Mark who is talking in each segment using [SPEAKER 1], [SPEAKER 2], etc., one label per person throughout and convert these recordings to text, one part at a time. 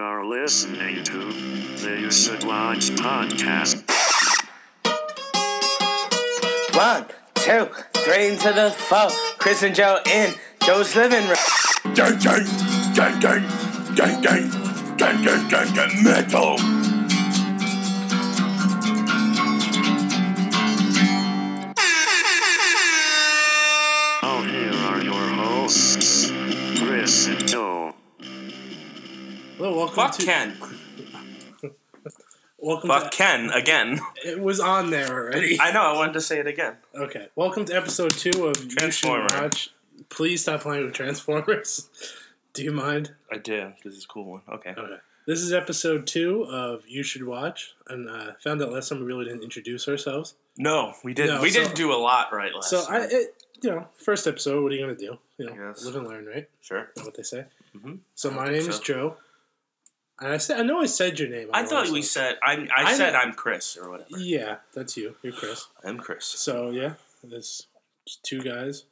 [SPEAKER 1] are listening to the You Should Watch podcast.
[SPEAKER 2] One, two, three into the four. Chris and Joe in Joe's living room.
[SPEAKER 3] Gang gang gang gang gang gang gang gang gang gang metal.
[SPEAKER 1] Now Oh, here are your hosts, Chris and Joe.
[SPEAKER 4] Hello, welcome
[SPEAKER 5] Fuck
[SPEAKER 4] to
[SPEAKER 5] Ken.
[SPEAKER 4] welcome
[SPEAKER 5] Fuck
[SPEAKER 4] to,
[SPEAKER 5] Ken again.
[SPEAKER 4] it was on there already.
[SPEAKER 5] I know, I wanted to say it again.
[SPEAKER 4] okay, welcome to episode two of
[SPEAKER 5] Transformer.
[SPEAKER 4] You Should Watch. Please stop playing with Transformers. Do you mind?
[SPEAKER 5] I do. This is a cool one. Okay.
[SPEAKER 4] Okay, this is episode two of You Should Watch, and uh, found out last time we really didn't introduce ourselves.
[SPEAKER 5] No, we did.
[SPEAKER 4] No,
[SPEAKER 5] not we
[SPEAKER 4] so-
[SPEAKER 5] didn't do a lot right last.
[SPEAKER 4] So I,
[SPEAKER 5] time.
[SPEAKER 4] it, you know, first episode. What are you gonna do? You know,
[SPEAKER 5] Yes.
[SPEAKER 4] live and learn, right?
[SPEAKER 5] sure.
[SPEAKER 4] Is that what they say.
[SPEAKER 5] Mhm.
[SPEAKER 4] So my
[SPEAKER 5] think
[SPEAKER 4] name is
[SPEAKER 5] so.
[SPEAKER 4] Joe, and I said I know I said your name.
[SPEAKER 5] I
[SPEAKER 4] on
[SPEAKER 5] thought
[SPEAKER 4] last
[SPEAKER 5] we
[SPEAKER 4] one.
[SPEAKER 5] said I'm. I
[SPEAKER 4] I'm-
[SPEAKER 5] said I'm Chris or whatever.
[SPEAKER 4] Yeah, that's you. You're Chris.
[SPEAKER 5] I'm Chris.
[SPEAKER 4] So yeah, there's just two guys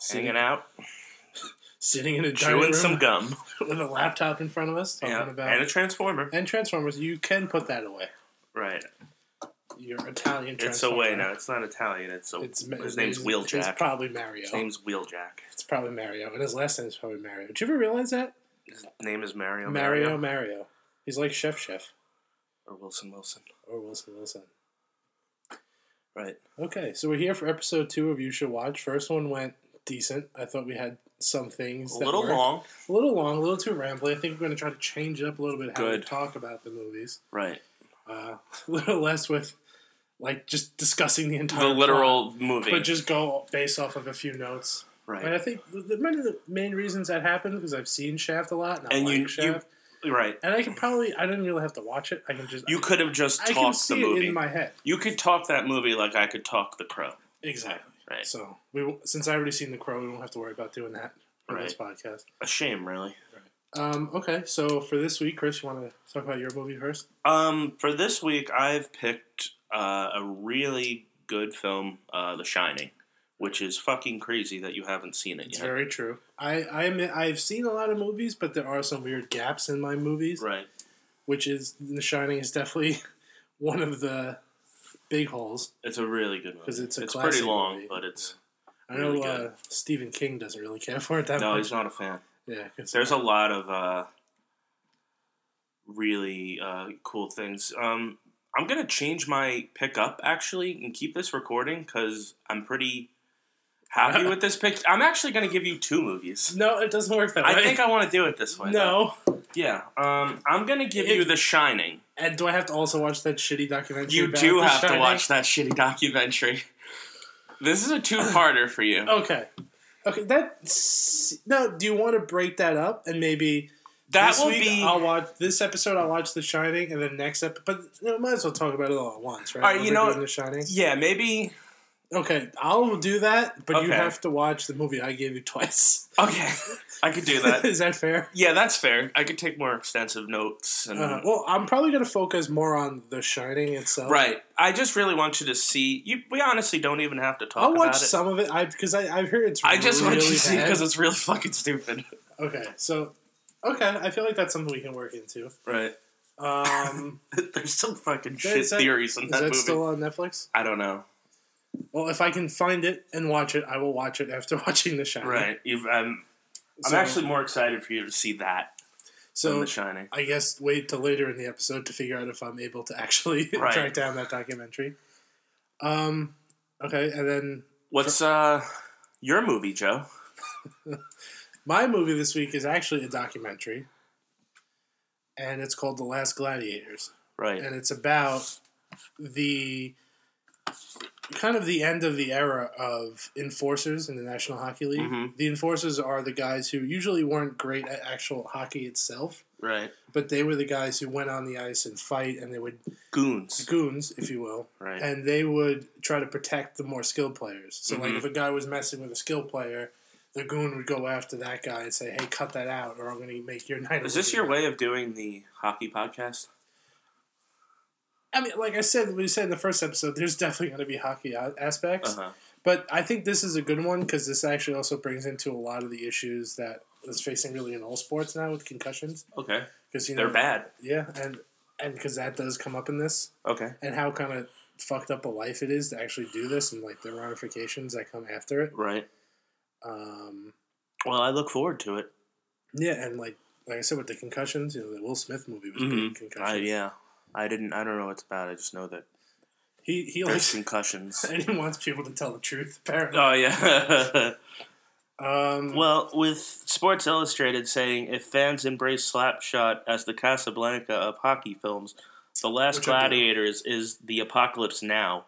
[SPEAKER 4] sitting,
[SPEAKER 5] Hanging out,
[SPEAKER 4] sitting in a dining
[SPEAKER 5] chewing
[SPEAKER 4] room
[SPEAKER 5] some gum,
[SPEAKER 4] with a laptop in front of us talking
[SPEAKER 5] yeah,
[SPEAKER 4] about
[SPEAKER 5] and a transformer.
[SPEAKER 4] and Transformers. You can put that away.
[SPEAKER 5] Right.
[SPEAKER 4] Your Italian.
[SPEAKER 5] It's away
[SPEAKER 4] Transformer.
[SPEAKER 5] now. It's not Italian. It's a,
[SPEAKER 4] It's
[SPEAKER 5] his name's
[SPEAKER 4] it's- It's
[SPEAKER 5] Wheeljack.
[SPEAKER 4] probably Mario.
[SPEAKER 5] His name's Wheeljack.
[SPEAKER 4] it's probably Mario, and his last name is probably Mario. Did you ever realize that
[SPEAKER 5] His name is Mario.
[SPEAKER 4] Mario Mario?
[SPEAKER 5] Mario
[SPEAKER 4] He's like Chef Chef
[SPEAKER 5] or Wilson Wilson.
[SPEAKER 4] or Wilson Wilson.
[SPEAKER 5] Right.
[SPEAKER 4] Okay, so we're here for episode two of You Should Watch. First one went decent. I thought we had some things.
[SPEAKER 5] A
[SPEAKER 4] that
[SPEAKER 5] little
[SPEAKER 4] were-
[SPEAKER 5] long.
[SPEAKER 4] a little long, a little too rambly. I think we're going to try to change it up a little bit how we
[SPEAKER 5] Good.
[SPEAKER 4] talk about the movies.
[SPEAKER 5] Right.
[SPEAKER 4] Uh, a little less with like just discussing the entire
[SPEAKER 5] The
[SPEAKER 4] plot,
[SPEAKER 5] literal movie.
[SPEAKER 4] but just go based off of a few notes. And I
[SPEAKER 5] right.
[SPEAKER 4] think the, the- one of the main reasons that happened because I've seen Shaft a lot and I
[SPEAKER 5] And
[SPEAKER 4] like
[SPEAKER 5] you- you-
[SPEAKER 4] Shaft,
[SPEAKER 5] Right.
[SPEAKER 4] and I can probably I didn't really have to watch it. I can just
[SPEAKER 5] You could have just
[SPEAKER 4] I can
[SPEAKER 5] talked the
[SPEAKER 4] see it
[SPEAKER 5] movie.
[SPEAKER 4] in my head
[SPEAKER 5] You could talk that movie like I could talk The Crow.
[SPEAKER 4] exactly.
[SPEAKER 5] Right.
[SPEAKER 4] So we won't- since I already seen the crow, we won't have to worry about doing that for this podcast.
[SPEAKER 5] A shame, really.
[SPEAKER 4] Um, okay, so for this week, Chris, you want to talk about your movie first?
[SPEAKER 5] Um, for this week, I've picked uh, a really good film, uh, The Shining, which is fucking crazy that you haven't seen it
[SPEAKER 4] It's
[SPEAKER 5] yet.
[SPEAKER 4] very true. I I'm, I've seen a lot of movies, but there are some weird gaps in my movies,
[SPEAKER 5] right.
[SPEAKER 4] which is The Shining is definitely one of the big holes.
[SPEAKER 5] It's a really good movie.
[SPEAKER 4] 'Cause it's a
[SPEAKER 5] pretty
[SPEAKER 4] classic
[SPEAKER 5] long,
[SPEAKER 4] movie.
[SPEAKER 5] but it's
[SPEAKER 4] I know
[SPEAKER 5] Really
[SPEAKER 4] uh,
[SPEAKER 5] good.
[SPEAKER 4] Stephen King doesn't really care for it that
[SPEAKER 5] no,
[SPEAKER 4] much.
[SPEAKER 5] he's not a fan.
[SPEAKER 4] Yeah, 'cause-
[SPEAKER 5] There's a lot of uh, really uh, cool things. Um, I'm gonna change my pick up actually and keep this recording because I'm pretty happy with this pick. I'm actually gonna give you two movies.
[SPEAKER 4] no, it doesn't work that way.
[SPEAKER 5] I think I want to do it this way. though.
[SPEAKER 4] no.
[SPEAKER 5] Yeah. Um, I'm gonna give you The Shining.
[SPEAKER 4] And do I have to also watch that shitty documentary?
[SPEAKER 5] You
[SPEAKER 4] about
[SPEAKER 5] do
[SPEAKER 4] The
[SPEAKER 5] have to
[SPEAKER 4] Shining?
[SPEAKER 5] watch that shitty documentary. This is a two-parter for you.
[SPEAKER 4] Okay. Okay, that no. Do you want to break that up and maybe
[SPEAKER 5] that
[SPEAKER 4] this
[SPEAKER 5] will
[SPEAKER 4] week
[SPEAKER 5] be.
[SPEAKER 4] I'll watch this episode. I'll watch The Shining, and then next episode. But you know, might as well talk about it all at once, right?
[SPEAKER 5] All right,
[SPEAKER 4] When
[SPEAKER 5] you
[SPEAKER 4] we're
[SPEAKER 5] know-
[SPEAKER 4] doing The Shining.
[SPEAKER 5] yeah, maybe.
[SPEAKER 4] Okay, I'll do that, but you
[SPEAKER 5] Okay.
[SPEAKER 4] have to watch the movie I gave you twice.
[SPEAKER 5] Okay, I could do that.
[SPEAKER 4] Is that fair?
[SPEAKER 5] Yeah, that's fair. I could take more extensive notes and
[SPEAKER 4] Uh, well, I'm probably going to focus more on The Shining itself.
[SPEAKER 5] right. I just really want you to see. You, we honestly don't even have to talk
[SPEAKER 4] I'll watch
[SPEAKER 5] about it.
[SPEAKER 4] some of it. I because I I've heard it's.
[SPEAKER 5] I just
[SPEAKER 4] really
[SPEAKER 5] want you to see
[SPEAKER 4] bad.
[SPEAKER 5] because it's really fucking stupid.
[SPEAKER 4] okay. So okay, I feel like that's something we can work into.
[SPEAKER 5] Right.
[SPEAKER 4] Um,
[SPEAKER 5] There's some fucking
[SPEAKER 4] Yeah,
[SPEAKER 5] shit
[SPEAKER 4] is that-
[SPEAKER 5] theories in
[SPEAKER 4] is
[SPEAKER 5] that,
[SPEAKER 4] that
[SPEAKER 5] movie.
[SPEAKER 4] still on Netflix?
[SPEAKER 5] I don't know.
[SPEAKER 4] Well, if I can find it and watch it, I will watch it after watching The Shining.
[SPEAKER 5] Right. You've, I'm, I'm
[SPEAKER 4] So-
[SPEAKER 5] actually more excited for you to see that than
[SPEAKER 4] So
[SPEAKER 5] The Shining.
[SPEAKER 4] I guess wait till later in the episode to figure out if I'm able to actually
[SPEAKER 5] Right.
[SPEAKER 4] track down that documentary. Um, okay, and then
[SPEAKER 5] What's uh your movie, Joe?
[SPEAKER 4] my movie this week is actually a documentary, and it's called The Last Gladiators,
[SPEAKER 5] Right.
[SPEAKER 4] and it's about the kind of the end of the era of enforcers in the National Hockey League.
[SPEAKER 5] Mhm.
[SPEAKER 4] The enforcers are the guys who usually weren't great at actual hockey itself,
[SPEAKER 5] Right.
[SPEAKER 4] but they were the guys who went on the ice and fight, and they would
[SPEAKER 5] Goons.
[SPEAKER 4] goons, if you will.
[SPEAKER 5] Right.
[SPEAKER 4] and they would try to protect the more skilled players. So, like,
[SPEAKER 5] Mhm.
[SPEAKER 4] if a guy was messing with a skilled player, the goon would go after that guy and say, "Hey, cut that out, or I'm going to make your night."
[SPEAKER 5] Is
[SPEAKER 4] a
[SPEAKER 5] this
[SPEAKER 4] living."
[SPEAKER 5] your way of doing the hockey podcast?
[SPEAKER 4] I mean, like I said, we said in the first episode, there's definitely going to be hockey a- aspects,
[SPEAKER 5] Uh huh.
[SPEAKER 4] but I think this is a good one because this actually also brings into a lot of the issues that is facing really in all sports now with concussions
[SPEAKER 5] Okay.
[SPEAKER 4] because you know
[SPEAKER 5] They're bad.
[SPEAKER 4] Yeah, and and because that does come up in this,
[SPEAKER 5] Okay.
[SPEAKER 4] and how kind of fucked up a life it is to actually do this, and like the ramifications that come after it.
[SPEAKER 5] Right.
[SPEAKER 4] Um,
[SPEAKER 5] Well, I look forward to it.
[SPEAKER 4] yeah, and like like I said with the concussions, you know, the Will Smith movie was
[SPEAKER 5] Mhm.
[SPEAKER 4] big concussion.
[SPEAKER 5] I, yeah. I didn't. I don't know what's about. I just know that
[SPEAKER 4] He he
[SPEAKER 5] there's
[SPEAKER 4] likes
[SPEAKER 5] concussions.
[SPEAKER 4] and he wants people to tell the truth. Apparently,
[SPEAKER 5] Oh yeah.
[SPEAKER 4] um,
[SPEAKER 5] well, with Sports Illustrated saying if fans embrace Slapshot as the Casablanca of hockey films, The Last
[SPEAKER 4] Which I do.
[SPEAKER 5] Gladiators is the apocalypse now.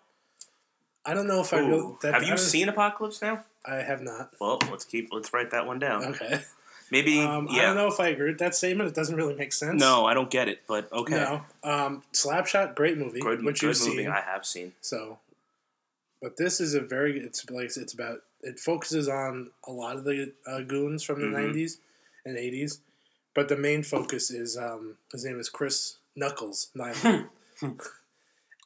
[SPEAKER 4] I don't know if I really,
[SPEAKER 5] Ooh.
[SPEAKER 4] that,
[SPEAKER 5] Have
[SPEAKER 4] I
[SPEAKER 5] you
[SPEAKER 4] don't-
[SPEAKER 5] seen Apocalypse Now?
[SPEAKER 4] I have not.
[SPEAKER 5] Well, let's keep let's write that one down.
[SPEAKER 4] Okay.
[SPEAKER 5] Maybe
[SPEAKER 4] Uh, Um,
[SPEAKER 5] Mm, yeah.
[SPEAKER 4] I don't know if I agree with that statement. It doesn't really make sense.
[SPEAKER 5] No, I don't get it, but okay.
[SPEAKER 4] No. Um, Slapshot, great movie.
[SPEAKER 5] Good,
[SPEAKER 4] which
[SPEAKER 5] good
[SPEAKER 4] you've
[SPEAKER 5] movie.
[SPEAKER 4] seen.
[SPEAKER 5] I have seen.
[SPEAKER 4] So, but this is a very it's like it's about it focuses on a lot of the uh, goons from the
[SPEAKER 5] Mhm.
[SPEAKER 4] 90s and 80s, but the main focus is um, his name is Chris Knuckles Nyland.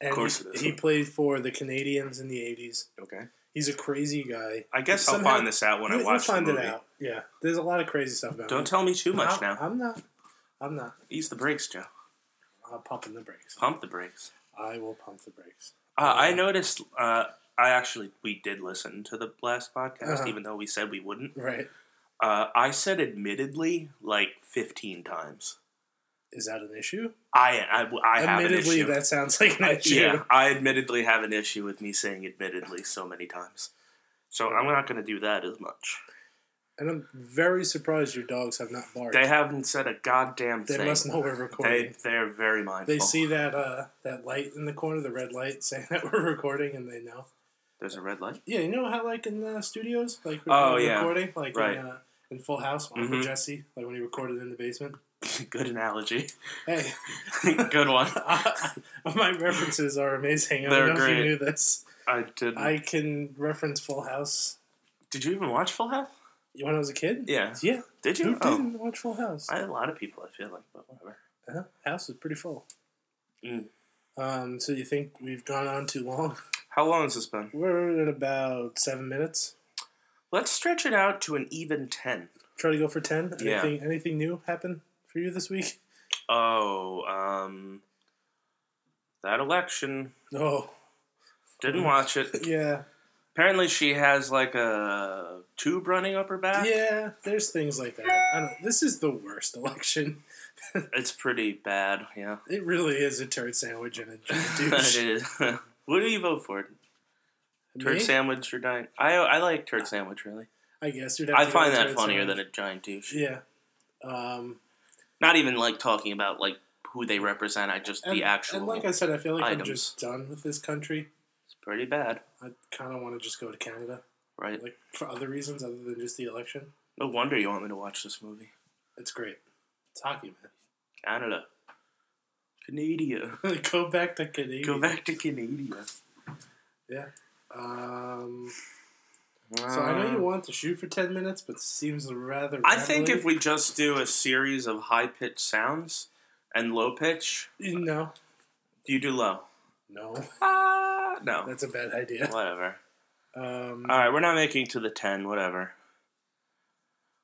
[SPEAKER 4] And
[SPEAKER 5] Hmm. course
[SPEAKER 4] he,
[SPEAKER 5] it is.
[SPEAKER 4] he played for the Canadians in the 80s.
[SPEAKER 5] Okay.
[SPEAKER 4] He's a crazy guy.
[SPEAKER 5] I guess
[SPEAKER 4] Somehow-
[SPEAKER 5] I'll find this out when
[SPEAKER 4] You-
[SPEAKER 5] I
[SPEAKER 4] you'll
[SPEAKER 5] watch
[SPEAKER 4] find
[SPEAKER 5] the movie.
[SPEAKER 4] it out. Yeah. There's a lot of crazy stuff about
[SPEAKER 5] Don't
[SPEAKER 4] him.
[SPEAKER 5] tell me too much
[SPEAKER 4] I'm-
[SPEAKER 5] now.
[SPEAKER 4] I'm not. I'm not.
[SPEAKER 5] Ease the brakes, Joe.
[SPEAKER 4] I'm pumping the brakes.
[SPEAKER 5] Pump the brakes.
[SPEAKER 4] I will pump the brakes.
[SPEAKER 5] Uh, I noticed. Uh, I actually we did listen to the last podcast,
[SPEAKER 4] Uh-huh.
[SPEAKER 5] even though we said we wouldn't.
[SPEAKER 4] Right.
[SPEAKER 5] Uh, I said admittedly like fifteen times.
[SPEAKER 4] Is that an issue?
[SPEAKER 5] I I, I have an
[SPEAKER 4] Admittedly,
[SPEAKER 5] issue.
[SPEAKER 4] that sounds like an issue.
[SPEAKER 5] yeah, I admittedly have an issue with me saying admittedly so many times. So I'm not going to do that as much.
[SPEAKER 4] And I'm very surprised your dogs have not barked.
[SPEAKER 5] They haven't said a goddamn
[SPEAKER 4] They
[SPEAKER 5] thing.
[SPEAKER 4] must know we're
[SPEAKER 5] They Oh.
[SPEAKER 4] recording.
[SPEAKER 5] they're very mindful.
[SPEAKER 4] They, see that uh, that light in the corner, the red light, saying that we're recording, and they know.
[SPEAKER 5] There's a red light.
[SPEAKER 4] Yeah, you know how like in the studios, like we're
[SPEAKER 5] Oh, yeah.
[SPEAKER 4] recording, like
[SPEAKER 5] Right.
[SPEAKER 4] in, uh, in Full House, Uncle
[SPEAKER 5] Mhm.
[SPEAKER 4] Jesse, like when he recorded in the basement.
[SPEAKER 5] Good analogy.
[SPEAKER 4] Hey,
[SPEAKER 5] Good one.
[SPEAKER 4] my references are amazing. I
[SPEAKER 5] They're
[SPEAKER 4] don't know if
[SPEAKER 5] great.
[SPEAKER 4] you knew this.
[SPEAKER 5] I did.
[SPEAKER 4] I can reference Full House
[SPEAKER 5] Did you even watch Full House?
[SPEAKER 4] when I was a kid.
[SPEAKER 5] Yeah.
[SPEAKER 4] yeah.
[SPEAKER 5] Did you?
[SPEAKER 4] Who
[SPEAKER 5] Oh.
[SPEAKER 4] didn't watch Full House?
[SPEAKER 5] I had a lot of people. I feel like, but whatever.
[SPEAKER 4] Uh, house is pretty full.
[SPEAKER 5] Mm.
[SPEAKER 4] Um, so you think we've gone on too long?
[SPEAKER 5] How long has this been?
[SPEAKER 4] We're at about seven minutes.
[SPEAKER 5] Let's stretch it out to an even ten.
[SPEAKER 4] Try to go for ten.
[SPEAKER 5] Yeah.
[SPEAKER 4] Anything anything new happen for you this week?
[SPEAKER 5] Oh, um, that election.
[SPEAKER 4] Oh Mm.
[SPEAKER 5] Didn't watch it.
[SPEAKER 4] yeah,
[SPEAKER 5] Apparently, she has like a tube running up her back.
[SPEAKER 4] yeah. There's things like that. I don't. This is the worst election.
[SPEAKER 5] It's pretty bad. Yeah.
[SPEAKER 4] It really is a turd sandwich and a
[SPEAKER 5] it
[SPEAKER 4] douche.
[SPEAKER 5] is. what do you vote for? Turd
[SPEAKER 4] Me?
[SPEAKER 5] sandwich or giant? I I like turd sandwich really.
[SPEAKER 4] I guess you'd have to
[SPEAKER 5] I
[SPEAKER 4] go
[SPEAKER 5] find
[SPEAKER 4] with
[SPEAKER 5] that
[SPEAKER 4] turd
[SPEAKER 5] funnier
[SPEAKER 4] sandwich.
[SPEAKER 5] than a giant douche.
[SPEAKER 4] yeah. Um,
[SPEAKER 5] Not even like talking about like who they represent. I just
[SPEAKER 4] and,
[SPEAKER 5] the actual.
[SPEAKER 4] and like I said, I feel like
[SPEAKER 5] items.
[SPEAKER 4] I'm just done with this country.
[SPEAKER 5] it's pretty bad,
[SPEAKER 4] I kind of want to just go to Canada,
[SPEAKER 5] right?
[SPEAKER 4] like for other reasons other than just the election.
[SPEAKER 5] No wonder you want me to watch this movie.
[SPEAKER 4] It's great. It's hockey,
[SPEAKER 5] Canada. Canada.
[SPEAKER 4] man. Go back to Canadian.
[SPEAKER 5] Go back to Canada.
[SPEAKER 4] Yeah. Um, so I know you want to shoot for 10 minutes, but seems rather.
[SPEAKER 5] Uh, Um, I think if we just do a series of high pitched sounds and low pitch,
[SPEAKER 4] we. No.
[SPEAKER 5] you do low.
[SPEAKER 4] No.
[SPEAKER 5] Ah, no.
[SPEAKER 4] That's a bad idea.
[SPEAKER 5] Whatever.
[SPEAKER 4] Um,
[SPEAKER 5] All right, we're not making it to the 10, whatever.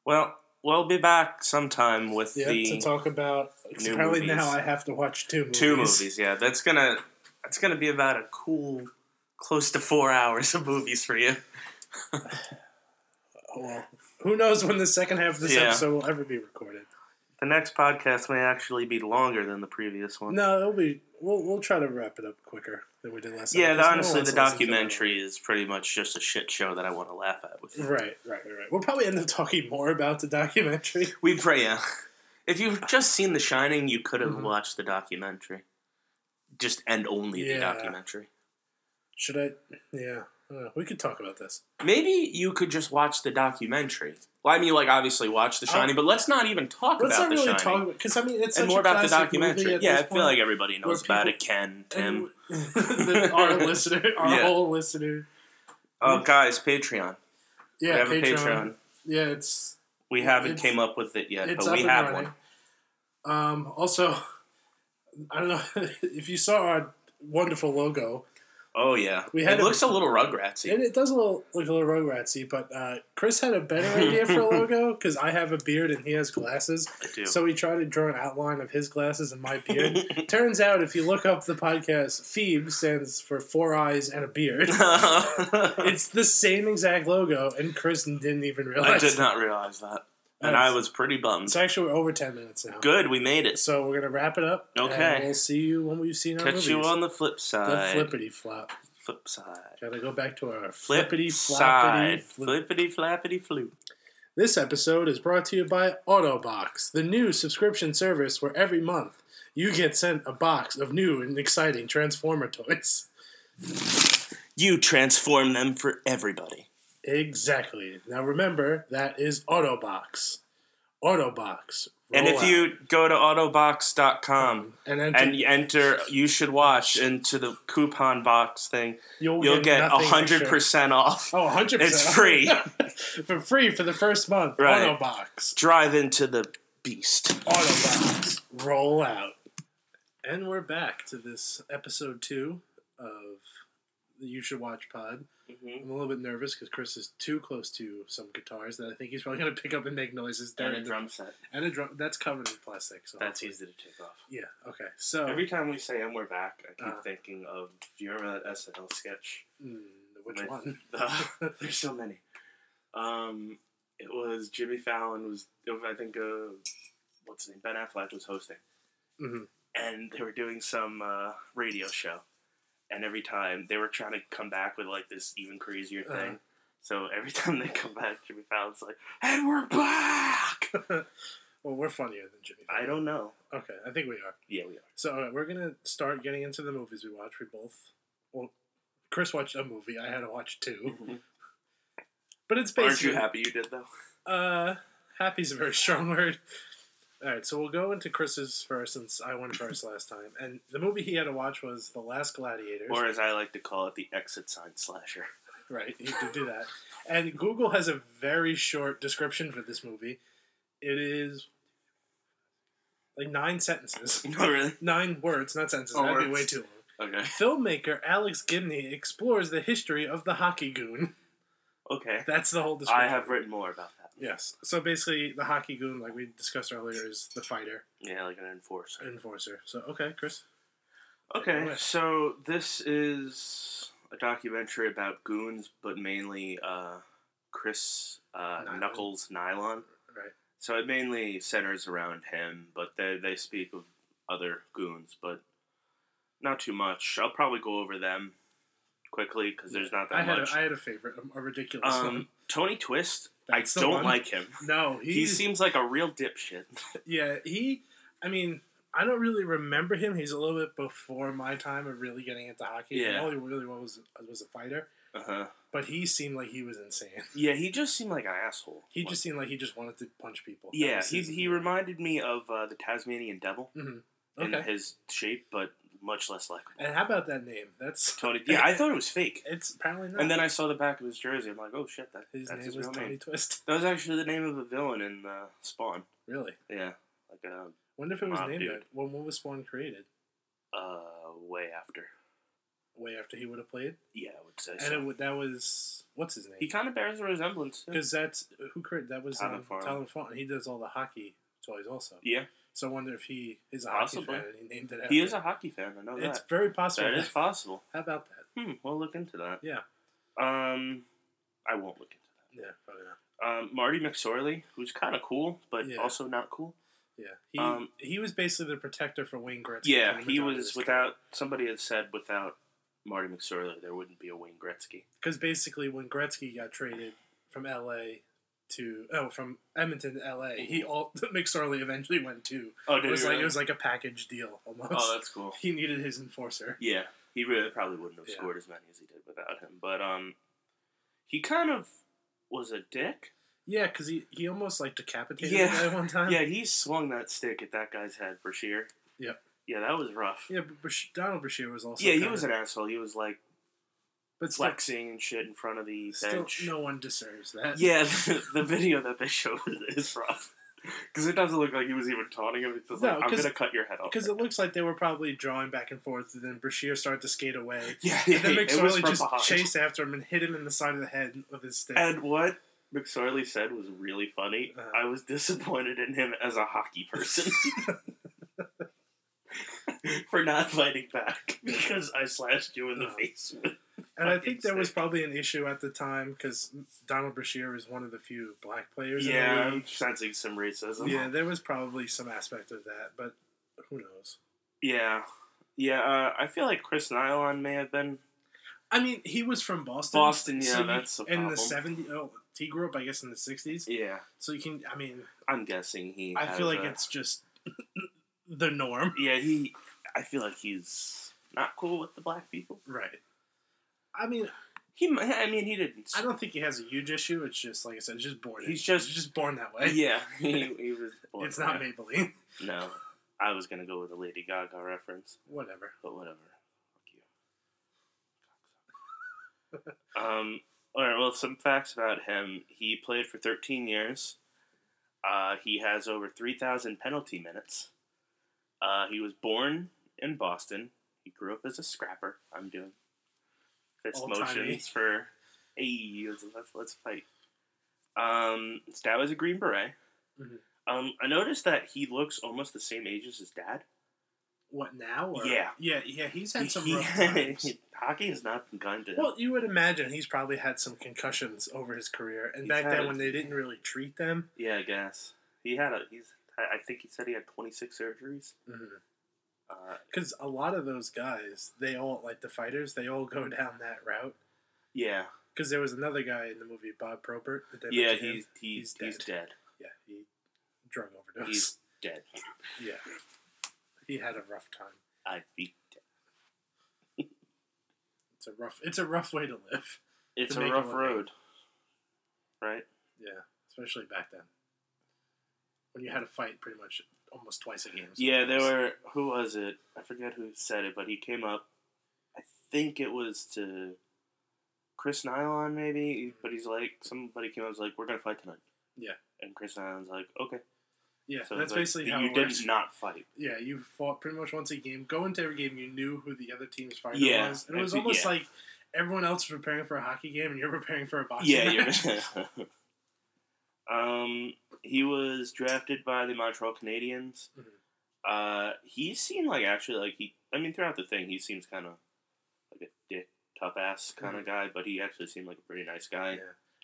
[SPEAKER 5] Well, we'll be back sometime with
[SPEAKER 4] yeah,
[SPEAKER 5] the
[SPEAKER 4] to talk about. 'cause
[SPEAKER 5] new
[SPEAKER 4] Apparently
[SPEAKER 5] movies.
[SPEAKER 4] now I have to watch two movies.
[SPEAKER 5] two movies. Yeah, that's going to that's going to be about a cool close to 4 hours of movies for you.
[SPEAKER 4] Oh, well. Who knows when the second half of this
[SPEAKER 5] Yeah.
[SPEAKER 4] episode will ever be recorded?
[SPEAKER 5] The next podcast may actually be longer than the previous one.
[SPEAKER 4] No, it'll be. We'll, we'll try to wrap it up quicker than we did last time.
[SPEAKER 5] Yeah,
[SPEAKER 4] 'cause no one
[SPEAKER 5] honestly,
[SPEAKER 4] wants
[SPEAKER 5] the
[SPEAKER 4] to listen to that.
[SPEAKER 5] documentary is pretty much just a shit show that I want to laugh at with. You.
[SPEAKER 4] Right, right, right, right. We'll probably end up talking more about the documentary.
[SPEAKER 5] We pray. Yeah. If you've just seen The Shining, you could have
[SPEAKER 4] Mhm.
[SPEAKER 5] watched the documentary, just and only the
[SPEAKER 4] Yeah.
[SPEAKER 5] documentary.
[SPEAKER 4] Should I? Yeah, I don't know. we could talk about this.
[SPEAKER 5] Maybe you could just watch the documentary. Well, I mean, like obviously watch The Shining, but let's not even talk
[SPEAKER 4] Oh. Let's not
[SPEAKER 5] about The
[SPEAKER 4] really
[SPEAKER 5] Shining.
[SPEAKER 4] talk about because I mean it's
[SPEAKER 5] and
[SPEAKER 4] such
[SPEAKER 5] more
[SPEAKER 4] a
[SPEAKER 5] about the
[SPEAKER 4] classic movie
[SPEAKER 5] documentary.
[SPEAKER 4] at
[SPEAKER 5] Yeah, I
[SPEAKER 4] this
[SPEAKER 5] feel
[SPEAKER 4] point.
[SPEAKER 5] like everybody knows
[SPEAKER 4] where
[SPEAKER 5] about it.
[SPEAKER 4] people-
[SPEAKER 5] Ken, Tim.
[SPEAKER 4] And the- our listener, our
[SPEAKER 5] Yeah.
[SPEAKER 4] whole listener.
[SPEAKER 5] oh, guys, Patreon.
[SPEAKER 4] Yeah,
[SPEAKER 5] we have a Patreon.
[SPEAKER 4] Yeah, it's
[SPEAKER 5] We haven't
[SPEAKER 4] It's-
[SPEAKER 5] came up with it yet,
[SPEAKER 4] it's
[SPEAKER 5] but
[SPEAKER 4] up
[SPEAKER 5] we
[SPEAKER 4] and
[SPEAKER 5] have
[SPEAKER 4] running.
[SPEAKER 5] one.
[SPEAKER 4] Um, also, I don't know if you saw our wonderful logo.
[SPEAKER 5] Oh yeah,
[SPEAKER 4] We had
[SPEAKER 5] it
[SPEAKER 4] a-
[SPEAKER 5] looks a little Rugratsy.
[SPEAKER 4] And it does a little, look a little Rugratsy, but uh, Chris had a better idea for a logo because I have a beard and he has glasses.
[SPEAKER 5] I do.
[SPEAKER 4] So we tried to draw an outline of his glasses and my beard. Turns out, if you look up the podcast, Phoebe stands for four eyes and a beard. It's the same exact logo, and Chris didn't even realize.
[SPEAKER 5] I did not realize that, and I was pretty bummed.
[SPEAKER 4] It's actually we're over ten minutes now.
[SPEAKER 5] Good, we made it.
[SPEAKER 4] So we're gonna wrap it up. and
[SPEAKER 5] Okay.
[SPEAKER 4] we'll see you when we've seen our
[SPEAKER 5] Catch
[SPEAKER 4] movies.
[SPEAKER 5] you on the flip
[SPEAKER 4] the
[SPEAKER 5] side.
[SPEAKER 4] flippity flop.
[SPEAKER 5] flip side.
[SPEAKER 4] Gotta go back to our
[SPEAKER 5] Flip
[SPEAKER 4] flippity floppity.
[SPEAKER 5] side.
[SPEAKER 4] Flip.
[SPEAKER 5] Flippity flappity floo.
[SPEAKER 4] This episode is brought to you by Autobox, the new subscription service where every month you get sent a box of new and exciting Transformer toys.
[SPEAKER 5] You transform them for everybody.
[SPEAKER 4] Exactly. Now remember, that is Autobox. Autobox.
[SPEAKER 5] And
[SPEAKER 4] Roll
[SPEAKER 5] if
[SPEAKER 4] out.
[SPEAKER 5] you go to autobox.com
[SPEAKER 4] and, enter,
[SPEAKER 5] and you enter you should watch into the coupon box thing,
[SPEAKER 4] you'll,
[SPEAKER 5] you'll get
[SPEAKER 4] Oh, nothing extra.
[SPEAKER 5] 100% off.
[SPEAKER 4] Oh, 100%.
[SPEAKER 5] It's free.
[SPEAKER 4] for free for the first month.
[SPEAKER 5] Right.
[SPEAKER 4] Autobox.
[SPEAKER 5] Drive into the beast.
[SPEAKER 4] Autobots roll out. And we're back to this episode two of the You Should Watch Pod.
[SPEAKER 5] Mhm.
[SPEAKER 4] I'm a little bit nervous because Chris is too close to some guitars that I think he's probably going to pick up and make noises. during the-
[SPEAKER 5] set.
[SPEAKER 4] And a drum. That's covered in plastic. So
[SPEAKER 5] easy to take off.
[SPEAKER 4] Yeah, okay. So.
[SPEAKER 5] time we say and we're back, I
[SPEAKER 4] keep Uh.
[SPEAKER 5] thinking of do you remember that SNL sketch?
[SPEAKER 4] Mm, which
[SPEAKER 5] My-
[SPEAKER 4] one?
[SPEAKER 5] There's so many. Um, it was Jimmy Fallon was I think uh, what's his name Ben Affleck was hosting,
[SPEAKER 4] Mhm.
[SPEAKER 5] and they were doing some uh, radio show, and every time they were trying to come back with like this even crazier thing.
[SPEAKER 4] Uh-huh.
[SPEAKER 5] So every time they come back, Jimmy Fallon's like, "And we're back."
[SPEAKER 4] Well, we're funnier than Jimmy.
[SPEAKER 5] I don't know.
[SPEAKER 4] Fallon. Okay, I think we are.
[SPEAKER 5] Yeah, we are.
[SPEAKER 4] So all right, we're gonna start getting into the movies we watch. We both. Well, Chris watched a movie. I had to watch two. But it's
[SPEAKER 5] Mm-hmm. Aren't
[SPEAKER 4] basically.
[SPEAKER 5] you happy you did though?
[SPEAKER 4] Uh, happy's a very strong word. All right, so we'll go into Chris's first since I went first last time. And the movie he had to watch was The Last Gladiators.
[SPEAKER 5] Or as I like to call it, the exit sign slasher.
[SPEAKER 4] Right, you could do that. And Google has a very short description for this movie. It is like nine sentences,
[SPEAKER 5] No, really?
[SPEAKER 4] nine words, not sentences.
[SPEAKER 5] Oh,
[SPEAKER 4] That'd be
[SPEAKER 5] words.
[SPEAKER 4] way too long.
[SPEAKER 5] Okay.
[SPEAKER 4] Filmmaker Alex Gibney explores the history of the hockey goon.
[SPEAKER 5] Okay.
[SPEAKER 4] That's the whole
[SPEAKER 5] I
[SPEAKER 4] description.
[SPEAKER 5] have written more about that.
[SPEAKER 4] Yes. So basically, the hockey goon, like we discussed earlier, is the fighter,
[SPEAKER 5] Yeah, like an enforcer.
[SPEAKER 4] enforcer. So, okay, Chris.
[SPEAKER 5] Okay,
[SPEAKER 4] Right.
[SPEAKER 5] so this is a documentary about goons, but mainly uh, Chris uh,
[SPEAKER 4] Nylon.
[SPEAKER 5] Knuckles Nylon.
[SPEAKER 4] Right.
[SPEAKER 5] So it mainly centers around him, but they, they speak of other goons, but not too much. I'll probably go over them quickly because there's not that
[SPEAKER 4] I had,
[SPEAKER 5] much.
[SPEAKER 4] A, I had a favorite, a, a ridiculous one.
[SPEAKER 5] um, Tony Twist,
[SPEAKER 4] That's
[SPEAKER 5] I
[SPEAKER 4] the
[SPEAKER 5] don't
[SPEAKER 4] one.
[SPEAKER 5] like him.
[SPEAKER 4] No,
[SPEAKER 5] He
[SPEAKER 4] he's,
[SPEAKER 5] seems like a real dipshit.
[SPEAKER 4] yeah, he, I mean, I don't really remember him. He's a little bit before my time of really getting into hockey.
[SPEAKER 5] Yeah.
[SPEAKER 4] All he really was was a fighter,
[SPEAKER 5] Uh-huh.
[SPEAKER 4] but he seemed like he was insane.
[SPEAKER 5] Yeah, he just seemed like an asshole.
[SPEAKER 4] He
[SPEAKER 5] Like-
[SPEAKER 4] just seemed like he just wanted to punch people. That
[SPEAKER 5] Yeah,
[SPEAKER 4] was
[SPEAKER 5] he,
[SPEAKER 4] his-
[SPEAKER 5] he reminded me of uh, the Tasmanian Devil
[SPEAKER 4] Mhm.
[SPEAKER 5] in
[SPEAKER 4] Okay.
[SPEAKER 5] his shape, but much less likable.
[SPEAKER 4] And how about that name? That's
[SPEAKER 5] Tony. Yeah, I thought it was fake,
[SPEAKER 4] it's apparently not.
[SPEAKER 5] and then I saw the back of his jersey. I'm like, oh shit, that,
[SPEAKER 4] his
[SPEAKER 5] that's
[SPEAKER 4] name
[SPEAKER 5] his
[SPEAKER 4] was
[SPEAKER 5] real
[SPEAKER 4] Tony
[SPEAKER 5] name.
[SPEAKER 4] Twist.
[SPEAKER 5] That was actually the name of a villain in uh, Spawn.
[SPEAKER 4] Really?
[SPEAKER 5] Yeah, like um,
[SPEAKER 4] Wonder if it was
[SPEAKER 5] Wow,
[SPEAKER 4] named
[SPEAKER 5] dude.
[SPEAKER 4] that. When when was Spawn created?
[SPEAKER 5] uh, way after.
[SPEAKER 4] Way after he would have played,
[SPEAKER 5] Yeah, I would say.
[SPEAKER 4] and it,
[SPEAKER 5] So.
[SPEAKER 4] wa- that was what's his
[SPEAKER 5] He
[SPEAKER 4] name?
[SPEAKER 5] kind of bears a resemblance. to-
[SPEAKER 4] Because that's who created that was
[SPEAKER 5] Talon
[SPEAKER 4] um,
[SPEAKER 5] Farm.
[SPEAKER 4] Talon Farm. He does all the hockey toys also.
[SPEAKER 5] Yeah,
[SPEAKER 4] So I wonder if he is a
[SPEAKER 5] Possibly.
[SPEAKER 4] hockey fan and he named it after.
[SPEAKER 5] he is a hockey fan. I know
[SPEAKER 4] It's
[SPEAKER 5] that.
[SPEAKER 4] very possible.
[SPEAKER 5] That is possible.
[SPEAKER 4] How about that?
[SPEAKER 5] Hmm. We'll look into that.
[SPEAKER 4] Yeah.
[SPEAKER 5] Um, I won't look into that.
[SPEAKER 4] Yeah, probably not.
[SPEAKER 5] Um, Marty McSorley, who's kind of cool, but
[SPEAKER 4] Yeah.
[SPEAKER 5] also not cool.
[SPEAKER 4] Yeah, he
[SPEAKER 5] Um,
[SPEAKER 4] he was basically the protector for Wayne Gretzky.
[SPEAKER 5] Yeah, he was without. Somebody had said without Marty McSorley, there wouldn't be a Wayne Gretzky.
[SPEAKER 4] because basically when Gretzky got traded from L.A. to oh from Edmonton to L.A. He all McSorley eventually went to.
[SPEAKER 5] Mm-hmm. Oh,
[SPEAKER 4] It
[SPEAKER 5] did
[SPEAKER 4] was
[SPEAKER 5] he
[SPEAKER 4] like
[SPEAKER 5] really?
[SPEAKER 4] it was like a package deal almost.
[SPEAKER 5] oh, that's cool.
[SPEAKER 4] he needed his enforcer.
[SPEAKER 5] Yeah, he really probably wouldn't have
[SPEAKER 4] Yeah.
[SPEAKER 5] scored as many as he did without him. But um, he kind of was a dick.
[SPEAKER 4] Yeah, because he, he almost like decapitated
[SPEAKER 5] Yeah.
[SPEAKER 4] the guy one time.
[SPEAKER 5] Yeah, he swung that stick at that guy's head, Brashear.
[SPEAKER 4] Yep.
[SPEAKER 5] Yeah, that was rough.
[SPEAKER 4] yeah. But Bash- Donald Brashear was also
[SPEAKER 5] yeah, he
[SPEAKER 4] kinda-
[SPEAKER 5] was an asshole. He was like
[SPEAKER 4] but still,
[SPEAKER 5] flexing and shit in front of the
[SPEAKER 4] still
[SPEAKER 5] bench.
[SPEAKER 4] no one deserves that.
[SPEAKER 5] Yeah, the, the video that they showed is rough. Because it doesn't look like he was even taunting him. It's just
[SPEAKER 4] No,
[SPEAKER 5] like, I'm
[SPEAKER 4] 'cause-
[SPEAKER 5] gonna cut your head off.
[SPEAKER 4] Because it looks like they were probably drawing back and forth, and then Brashear started to skate away.
[SPEAKER 5] yeah, yeah,
[SPEAKER 4] And then
[SPEAKER 5] yeah, it was
[SPEAKER 4] McSorley
[SPEAKER 5] from
[SPEAKER 4] just
[SPEAKER 5] behind.
[SPEAKER 4] chased after him and hit him in the side of the head with his stick.
[SPEAKER 5] And what McSorley said was really funny.
[SPEAKER 4] Uh-huh.
[SPEAKER 5] I was disappointed in him as a hockey person for not fighting back because I slashed you in the
[SPEAKER 4] Uh-huh.
[SPEAKER 5] face. with-
[SPEAKER 4] And I
[SPEAKER 5] fucking
[SPEAKER 4] think there was
[SPEAKER 5] sick.
[SPEAKER 4] probably an issue at the time because Donald Brashear was one of the few black players
[SPEAKER 5] Yeah,
[SPEAKER 4] in the
[SPEAKER 5] I'm
[SPEAKER 4] league.
[SPEAKER 5] sensing some racism.
[SPEAKER 4] Yeah, there was probably some aspect of that, but who knows?
[SPEAKER 5] yeah, yeah. Uh, I feel like Chris Nylon may have been
[SPEAKER 4] I mean, he was from Boston.
[SPEAKER 5] Boston. Yeah,
[SPEAKER 4] so you-
[SPEAKER 5] that's the
[SPEAKER 4] in
[SPEAKER 5] problem.
[SPEAKER 4] the 70s. Oh, he grew up, I guess, in the 60s.
[SPEAKER 5] yeah,
[SPEAKER 4] So you can, I mean,
[SPEAKER 5] I'm guessing he.
[SPEAKER 4] I
[SPEAKER 5] has
[SPEAKER 4] feel like
[SPEAKER 5] a-
[SPEAKER 4] it's just the norm.
[SPEAKER 5] Yeah, he. I feel like he's not cool with the black people.
[SPEAKER 4] Right. I mean,
[SPEAKER 5] He. mi- I mean, he didn't.
[SPEAKER 4] I don't think he has a huge issue. It's just, like I said, just born.
[SPEAKER 5] He's just-
[SPEAKER 4] just born that way.
[SPEAKER 5] yeah, he, he was. born
[SPEAKER 4] It's not
[SPEAKER 5] black.
[SPEAKER 4] Maybelline.
[SPEAKER 5] No, I was gonna go with a Lady Gaga reference,
[SPEAKER 4] Whatever.
[SPEAKER 5] but whatever. Fuck you. um. All right. Well, some facts about him. He played for 13 years. Uh, he has over 3,000 penalty minutes. Uh, he was born in Boston. He grew up as a scrapper. I'm doing fist
[SPEAKER 4] Old-timey.
[SPEAKER 5] motions for. Hey, let's, let's let's fight. Um, his dad was a Green Beret.
[SPEAKER 4] Mhm.
[SPEAKER 5] Um, I noticed that he looks almost the same age as his dad.
[SPEAKER 4] What now? Or?
[SPEAKER 5] Yeah.
[SPEAKER 4] Yeah, yeah, he's had some
[SPEAKER 5] He-
[SPEAKER 4] rough times.
[SPEAKER 5] hockey has not been kind to him.
[SPEAKER 4] Well, you would imagine he's probably had some concussions over his career, and
[SPEAKER 5] He's
[SPEAKER 4] back
[SPEAKER 5] had
[SPEAKER 4] then
[SPEAKER 5] a-
[SPEAKER 4] when they didn't really treat them,
[SPEAKER 5] yeah, I guess he had a. He's. I I think he said he had 26 surgeries. Uh,
[SPEAKER 4] because mm-hmm. a lot of those guys, they all like the fighters, they all go down that route.
[SPEAKER 5] yeah,
[SPEAKER 4] Because there was another guy in the movie, Bob Probert. That they
[SPEAKER 5] yeah,
[SPEAKER 4] mentioned him.
[SPEAKER 5] he's he's,
[SPEAKER 4] He's
[SPEAKER 5] he's dead.
[SPEAKER 4] yeah, he drug overdose.
[SPEAKER 5] He's dead.
[SPEAKER 4] yeah, he had a rough time.
[SPEAKER 5] I'd be. Dead.
[SPEAKER 4] It's a rough. It's a rough way to live.
[SPEAKER 5] It's
[SPEAKER 4] To
[SPEAKER 5] a
[SPEAKER 4] make
[SPEAKER 5] rough
[SPEAKER 4] him look
[SPEAKER 5] road, right?
[SPEAKER 4] Yeah, especially back then when you had to fight pretty much almost twice a game.
[SPEAKER 5] Yeah, there
[SPEAKER 4] sometimes.
[SPEAKER 5] were. Who was it? I forget who said it, but he came up. I think it was to Chris Nylon, maybe. But he's like, somebody came up and was like, "We're gonna fight tonight."
[SPEAKER 4] Mm-hmm. Yeah.
[SPEAKER 5] And Chris Nylon's like, "Okay."
[SPEAKER 4] Yeah,
[SPEAKER 5] So
[SPEAKER 4] that's
[SPEAKER 5] it's like,
[SPEAKER 4] basically
[SPEAKER 5] you
[SPEAKER 4] how it
[SPEAKER 5] did
[SPEAKER 4] works.
[SPEAKER 5] not fight.
[SPEAKER 4] yeah, you fought pretty much once a game. Go into every game, you knew who the other team's fighter
[SPEAKER 5] Yeah,
[SPEAKER 4] was, and it
[SPEAKER 5] I
[SPEAKER 4] was
[SPEAKER 5] think-
[SPEAKER 4] almost
[SPEAKER 5] yeah.
[SPEAKER 4] like everyone else was preparing for a hockey game, and you're preparing for a boxing.
[SPEAKER 5] Yeah,
[SPEAKER 4] match.
[SPEAKER 5] you're. um, he was drafted by the Montreal Canadiens.
[SPEAKER 4] Mhm.
[SPEAKER 5] Uh, he seemed like actually like he. I mean, throughout the thing, he seems kind of like a dick, tough ass kind of guy, but he actually seemed like a pretty nice guy.
[SPEAKER 4] Yeah.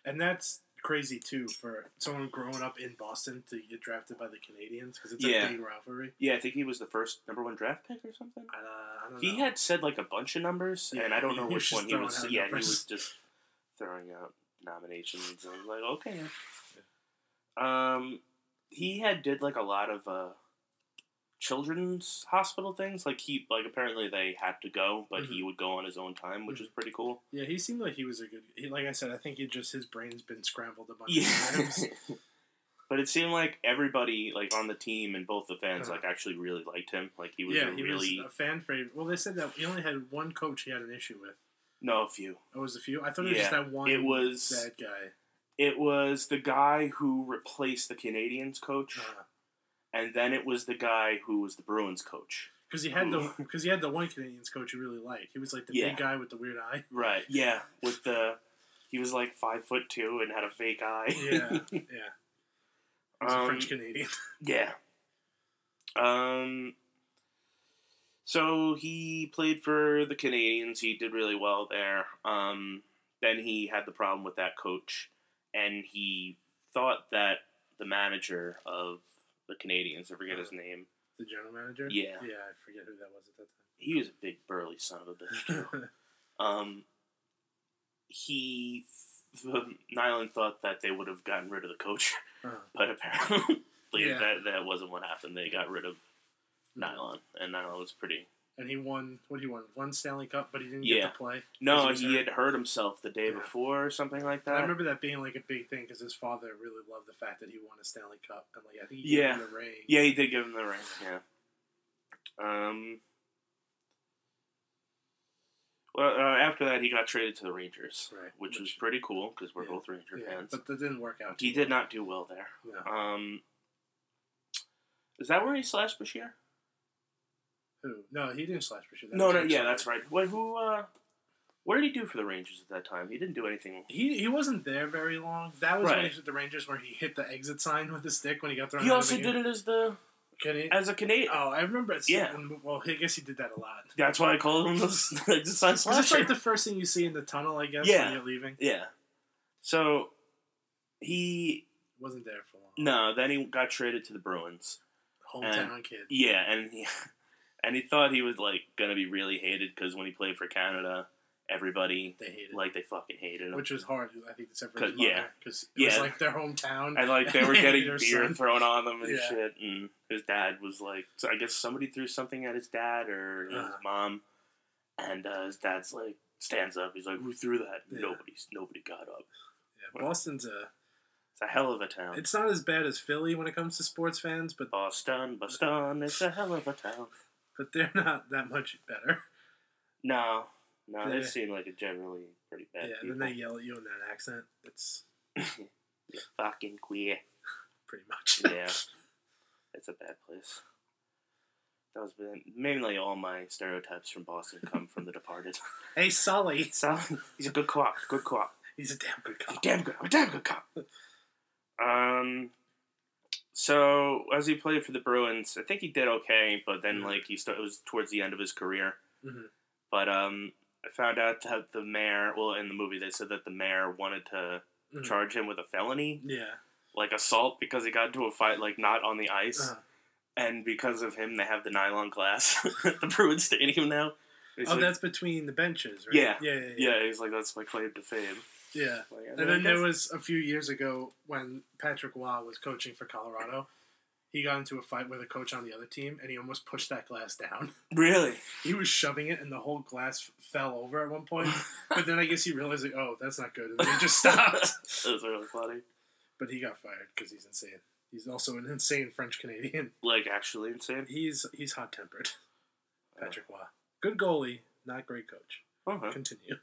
[SPEAKER 4] and that's crazy too for someone growing up in Boston to get drafted by the Canadians because it's
[SPEAKER 5] Yeah.
[SPEAKER 4] a big rivalry.
[SPEAKER 5] Yeah, I think he was the first number one draft pick or something.
[SPEAKER 4] I, uh, I don't
[SPEAKER 5] He
[SPEAKER 4] know.
[SPEAKER 5] had said like a bunch of numbers,
[SPEAKER 4] Yeah,
[SPEAKER 5] and I don't
[SPEAKER 4] he
[SPEAKER 5] know
[SPEAKER 4] was
[SPEAKER 5] which
[SPEAKER 4] just
[SPEAKER 5] one he
[SPEAKER 4] throwing
[SPEAKER 5] was.
[SPEAKER 4] out
[SPEAKER 5] Yeah,
[SPEAKER 4] numbers.
[SPEAKER 5] he was just throwing out nominations. And I was like, okay. Um, he had did like a lot of uh, children's hospital things. Like he like apparently they had to go, but
[SPEAKER 4] Mm-hmm.
[SPEAKER 5] he would go on his own time, which is pretty cool.
[SPEAKER 4] yeah, he seemed like he was a good. He, like I said, I think he just his brain's been scrambled a bunch
[SPEAKER 5] Yeah.
[SPEAKER 4] of times.
[SPEAKER 5] But it seemed like everybody, like on the team and both the fans,
[SPEAKER 4] Uh-huh.
[SPEAKER 5] like actually really liked him. Like he was
[SPEAKER 4] yeah,
[SPEAKER 5] a
[SPEAKER 4] he
[SPEAKER 5] really
[SPEAKER 4] was a fan favorite. Well, they said that he only had one coach he had an issue with.
[SPEAKER 5] no a few.
[SPEAKER 4] It was a few. I thought it was just
[SPEAKER 5] Yeah,
[SPEAKER 4] that one.
[SPEAKER 5] it was-
[SPEAKER 4] that guy.
[SPEAKER 5] It was the guy who replaced the Canadians coach.
[SPEAKER 4] Uh,
[SPEAKER 5] and then it was the guy who was the Bruins coach.
[SPEAKER 4] Because he had the because he had the one Canadians coach you really liked. He was like the
[SPEAKER 5] Yeah.
[SPEAKER 4] big guy with the weird eye.
[SPEAKER 5] Right. Yeah. With the he was like five foot two and had a fake eye.
[SPEAKER 4] Yeah, yeah. He was a
[SPEAKER 5] Um,
[SPEAKER 4] French Canadian.
[SPEAKER 5] Yeah. Um. So he played for the Canadians. He did really well there. Um. Then he had the problem with that coach, and he thought that the manager of the Canadians, I forget his name,
[SPEAKER 4] The general manager.
[SPEAKER 5] Yeah.
[SPEAKER 4] yeah. I forget who that was at
[SPEAKER 5] he was a big burly son of a bitch. too.
[SPEAKER 4] that time.
[SPEAKER 5] Um, he, Nylon thought that they would have gotten rid of the coach,
[SPEAKER 4] Uh,
[SPEAKER 5] but apparently
[SPEAKER 4] Yeah.
[SPEAKER 5] that, that wasn't what happened. They got rid of Nylon, and Nylon was pretty.
[SPEAKER 4] and he won. What he won? One Stanley Cup, but he didn't
[SPEAKER 5] Yeah.
[SPEAKER 4] get to play.
[SPEAKER 5] No,
[SPEAKER 4] Is he
[SPEAKER 5] he
[SPEAKER 4] hurt?
[SPEAKER 5] had hurt himself the day
[SPEAKER 4] Yeah.
[SPEAKER 5] before or something like
[SPEAKER 4] And I
[SPEAKER 5] that.
[SPEAKER 4] remember that being like a big thing because his father really loved the fact that he won a Stanley Cup, and like I think he gave
[SPEAKER 5] Yeah.
[SPEAKER 4] him the ring.
[SPEAKER 5] Yeah, he did give him the ring. Yeah. Um. Well, uh, after that, he got traded to the Rangers,
[SPEAKER 4] Right,
[SPEAKER 5] which, was
[SPEAKER 4] which-
[SPEAKER 5] pretty cool because we're
[SPEAKER 4] yeah,
[SPEAKER 5] both Ranger
[SPEAKER 4] Yeah,
[SPEAKER 5] fans.
[SPEAKER 4] but that didn't work out.
[SPEAKER 5] He
[SPEAKER 4] too
[SPEAKER 5] did not do well there.
[SPEAKER 4] well. No.
[SPEAKER 5] Um, Is that where he slashed Bashir?
[SPEAKER 4] Who? No, he didn't slash Bashir. That
[SPEAKER 5] No,
[SPEAKER 4] was
[SPEAKER 5] no,
[SPEAKER 4] Rick
[SPEAKER 5] yeah,
[SPEAKER 4] Steiner.
[SPEAKER 5] that's right. What, who, uh, what did he do for the Rangers at that time? He didn't do anything.
[SPEAKER 4] He, he wasn't there very long. That was when
[SPEAKER 5] Right.
[SPEAKER 4] he was at the Rangers where he hit the exit sign with his stick when he got thrown.
[SPEAKER 5] He
[SPEAKER 4] out
[SPEAKER 5] also
[SPEAKER 4] of the
[SPEAKER 5] did
[SPEAKER 4] game.
[SPEAKER 5] it as the
[SPEAKER 4] Can he?
[SPEAKER 5] as a Canadian.
[SPEAKER 4] Oh, I remember. It's
[SPEAKER 5] Yeah.
[SPEAKER 4] Well, I guess he did that a lot.
[SPEAKER 5] Uh, That's why I called him the Sign
[SPEAKER 4] Is this
[SPEAKER 5] Slasher.
[SPEAKER 4] like the first thing you see in the tunnel? I guess
[SPEAKER 5] Yeah.
[SPEAKER 4] when you're leaving.
[SPEAKER 5] yeah. So he
[SPEAKER 4] Wasn't there for long.
[SPEAKER 5] no. Then he got traded to the Bruins.
[SPEAKER 4] Hometown kid.
[SPEAKER 5] Yeah, and he, and he thought he was like gonna be really hated because when he played for Canada, everybody
[SPEAKER 4] They hated.
[SPEAKER 5] like they fucking hated him.
[SPEAKER 4] which was hard. I think it's every
[SPEAKER 5] 'Cause- yeah.
[SPEAKER 4] because it was
[SPEAKER 5] Yeah.
[SPEAKER 4] like their hometown.
[SPEAKER 5] and like they were
[SPEAKER 4] They hated
[SPEAKER 5] getting
[SPEAKER 4] their
[SPEAKER 5] beer
[SPEAKER 4] son.
[SPEAKER 5] thrown on them and
[SPEAKER 4] Yeah.
[SPEAKER 5] shit. And his dad was like, so I guess somebody threw something at his dad or his
[SPEAKER 4] Uh-huh.
[SPEAKER 5] mom, and uh, his dad's like stands up. He's like, who threw that?
[SPEAKER 4] Yeah.
[SPEAKER 5] Nobody's nobody got up.
[SPEAKER 4] Yeah, Boston's a.
[SPEAKER 5] It's a hell of a town.
[SPEAKER 4] It's not as bad as Philly when it comes to sports fans, but
[SPEAKER 5] Boston, Boston, it's a hell of a town.
[SPEAKER 4] but they're not that much better.
[SPEAKER 5] No, no, they
[SPEAKER 4] Yeah.
[SPEAKER 5] seem like a generally pretty
[SPEAKER 4] Yeah,
[SPEAKER 5] bad
[SPEAKER 4] and
[SPEAKER 5] people.
[SPEAKER 4] then they yell at you in that accent. It's
[SPEAKER 5] You're fucking queer.
[SPEAKER 4] pretty much.
[SPEAKER 5] Yeah, it's a bad place. That was been, mainly all my stereotypes from Boston come from The Departed.
[SPEAKER 4] hey, Sully,
[SPEAKER 5] So he's a good cop, good cop,
[SPEAKER 4] he's a damn good
[SPEAKER 5] He's a
[SPEAKER 4] cop.
[SPEAKER 5] damn good, a damn good cop. Um, so as he played for the Bruins, I think he did okay, but then
[SPEAKER 4] Mhm.
[SPEAKER 5] like he started it was towards the end of his career.
[SPEAKER 4] Mhm.
[SPEAKER 5] But um, I found out that the mayor, well, in the movie they said that the mayor wanted to
[SPEAKER 4] Mhm.
[SPEAKER 5] charge him with a felony,
[SPEAKER 4] Yeah,
[SPEAKER 5] like assault, because he got into a fight like not on the ice
[SPEAKER 4] uh,
[SPEAKER 5] and because of him, they have the nylon glass at the Bruins Stadium now. He's
[SPEAKER 4] oh,
[SPEAKER 5] like,
[SPEAKER 4] that's between the benches, right?
[SPEAKER 5] Yeah.
[SPEAKER 4] yeah, yeah, yeah.
[SPEAKER 5] yeah, he's like, that's my claim to fame.
[SPEAKER 4] yeah.
[SPEAKER 5] Like,
[SPEAKER 4] And then there was a few years ago when Patrick Waugh was coaching for Colorado. He got into a fight with a coach on the other team, and he almost pushed that glass down.
[SPEAKER 5] really,
[SPEAKER 4] He was shoving it, and the whole glass f- fell over at one point. but then I guess he realized, like, oh, that's not good, and he just stopped.
[SPEAKER 5] That was really funny.
[SPEAKER 4] but he got fired because he's insane. He's also an insane French Canadian.
[SPEAKER 5] Like, actually insane.
[SPEAKER 4] He's he's hot tempered. Patrick Waugh, good goalie, not great coach.
[SPEAKER 5] Uh-huh.
[SPEAKER 4] Continue.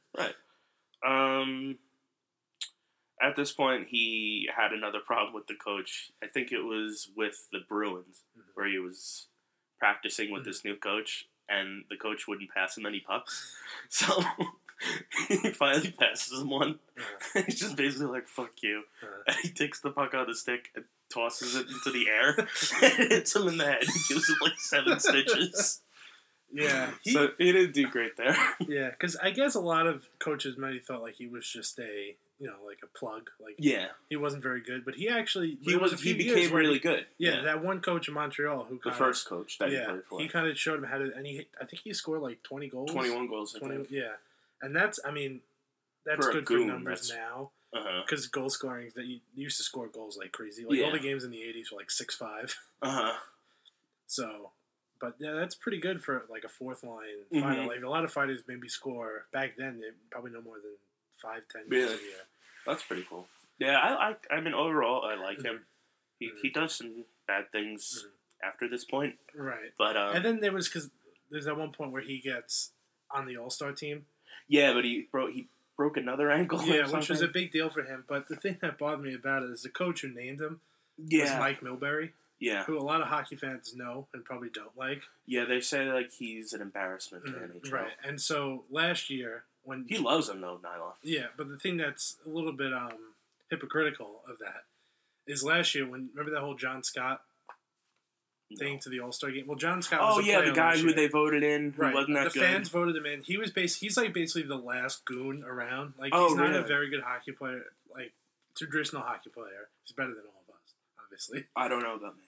[SPEAKER 5] Um, at this point, he had another problem with the coach. I think it was with the Bruins,
[SPEAKER 4] Mhm.
[SPEAKER 5] where he was practicing with this new coach, and the coach wouldn't pass him any pucks. So he finally passes him one. He's just basically like, fuck you.
[SPEAKER 4] Uh,
[SPEAKER 5] And he takes the puck out of the stick and tosses it into the air and hits him in the head. He gives him like seven stitches.
[SPEAKER 4] yeah, he,
[SPEAKER 5] so he didn't do great there.
[SPEAKER 4] yeah, because I guess a lot of coaches might have felt like he was just a you know like a plug, like
[SPEAKER 5] Yeah.
[SPEAKER 4] he wasn't very good. But he actually
[SPEAKER 5] He
[SPEAKER 4] there
[SPEAKER 5] was,
[SPEAKER 4] a few
[SPEAKER 5] he
[SPEAKER 4] years
[SPEAKER 5] became
[SPEAKER 4] where he-
[SPEAKER 5] really good.
[SPEAKER 4] Yeah, that one coach in Montreal who
[SPEAKER 5] the
[SPEAKER 4] kinda-
[SPEAKER 5] first coach that he
[SPEAKER 4] yeah,
[SPEAKER 5] played for.
[SPEAKER 4] he kind of showed him how to, and he I think he scored like twenty goals,
[SPEAKER 5] 21 goals, I
[SPEAKER 4] 20
[SPEAKER 5] think.
[SPEAKER 4] yeah, and that's I mean that's
[SPEAKER 5] For a
[SPEAKER 4] good
[SPEAKER 5] goon,
[SPEAKER 4] for numbers
[SPEAKER 5] that's-
[SPEAKER 4] now
[SPEAKER 5] Uh-huh.
[SPEAKER 4] because goal scoring that you you used to score goals like crazy. Like
[SPEAKER 5] Yeah.
[SPEAKER 4] all the games in the eighties were like six five.
[SPEAKER 5] Uh-huh.
[SPEAKER 4] So, but yeah, that's pretty good for like a fourth line
[SPEAKER 5] Mhm.
[SPEAKER 4] fighter. Like a lot of fighters maybe score back then they probably no more than five ten goals a
[SPEAKER 5] Yeah.
[SPEAKER 4] year.
[SPEAKER 5] That's pretty cool. Yeah, I like, I mean, overall, I like him. He,
[SPEAKER 4] Mhm.
[SPEAKER 5] he does some bad things after this point,
[SPEAKER 4] Right,
[SPEAKER 5] but, um,
[SPEAKER 4] Mm-hmm. and then there was because there's that one point where he gets on the All Star team.
[SPEAKER 5] yeah, but he broke, he broke another ankle. or
[SPEAKER 4] Yeah, which was a
[SPEAKER 5] something.
[SPEAKER 4] big deal for him. But the thing that bothered me about it is the coach who named him was
[SPEAKER 5] yeah,
[SPEAKER 4] Mike Milbury,
[SPEAKER 5] yeah.
[SPEAKER 4] who a lot of hockey fans know and probably don't like.
[SPEAKER 5] Yeah, they say like he's an embarrassment to NHL.
[SPEAKER 4] Mm, Right. And so last year when
[SPEAKER 5] He loves him though, Nylon.
[SPEAKER 4] Yeah, but the thing that's a little bit um hypocritical of that is last year when remember that whole John Scott thing to the All Star game? Well John Scott was
[SPEAKER 5] Oh
[SPEAKER 4] a
[SPEAKER 5] yeah,
[SPEAKER 4] player
[SPEAKER 5] the guy
[SPEAKER 4] last
[SPEAKER 5] who
[SPEAKER 4] year.
[SPEAKER 5] they voted in who
[SPEAKER 4] Right.
[SPEAKER 5] wasn't that
[SPEAKER 4] the
[SPEAKER 5] good.
[SPEAKER 4] fans voted him in. He was bas- he's like basically the last goon around. Like
[SPEAKER 5] Oh,
[SPEAKER 4] he's not a
[SPEAKER 5] really?
[SPEAKER 4] very good hockey player, like traditional hockey player. He's better than all of us, obviously.
[SPEAKER 5] I don't know about me.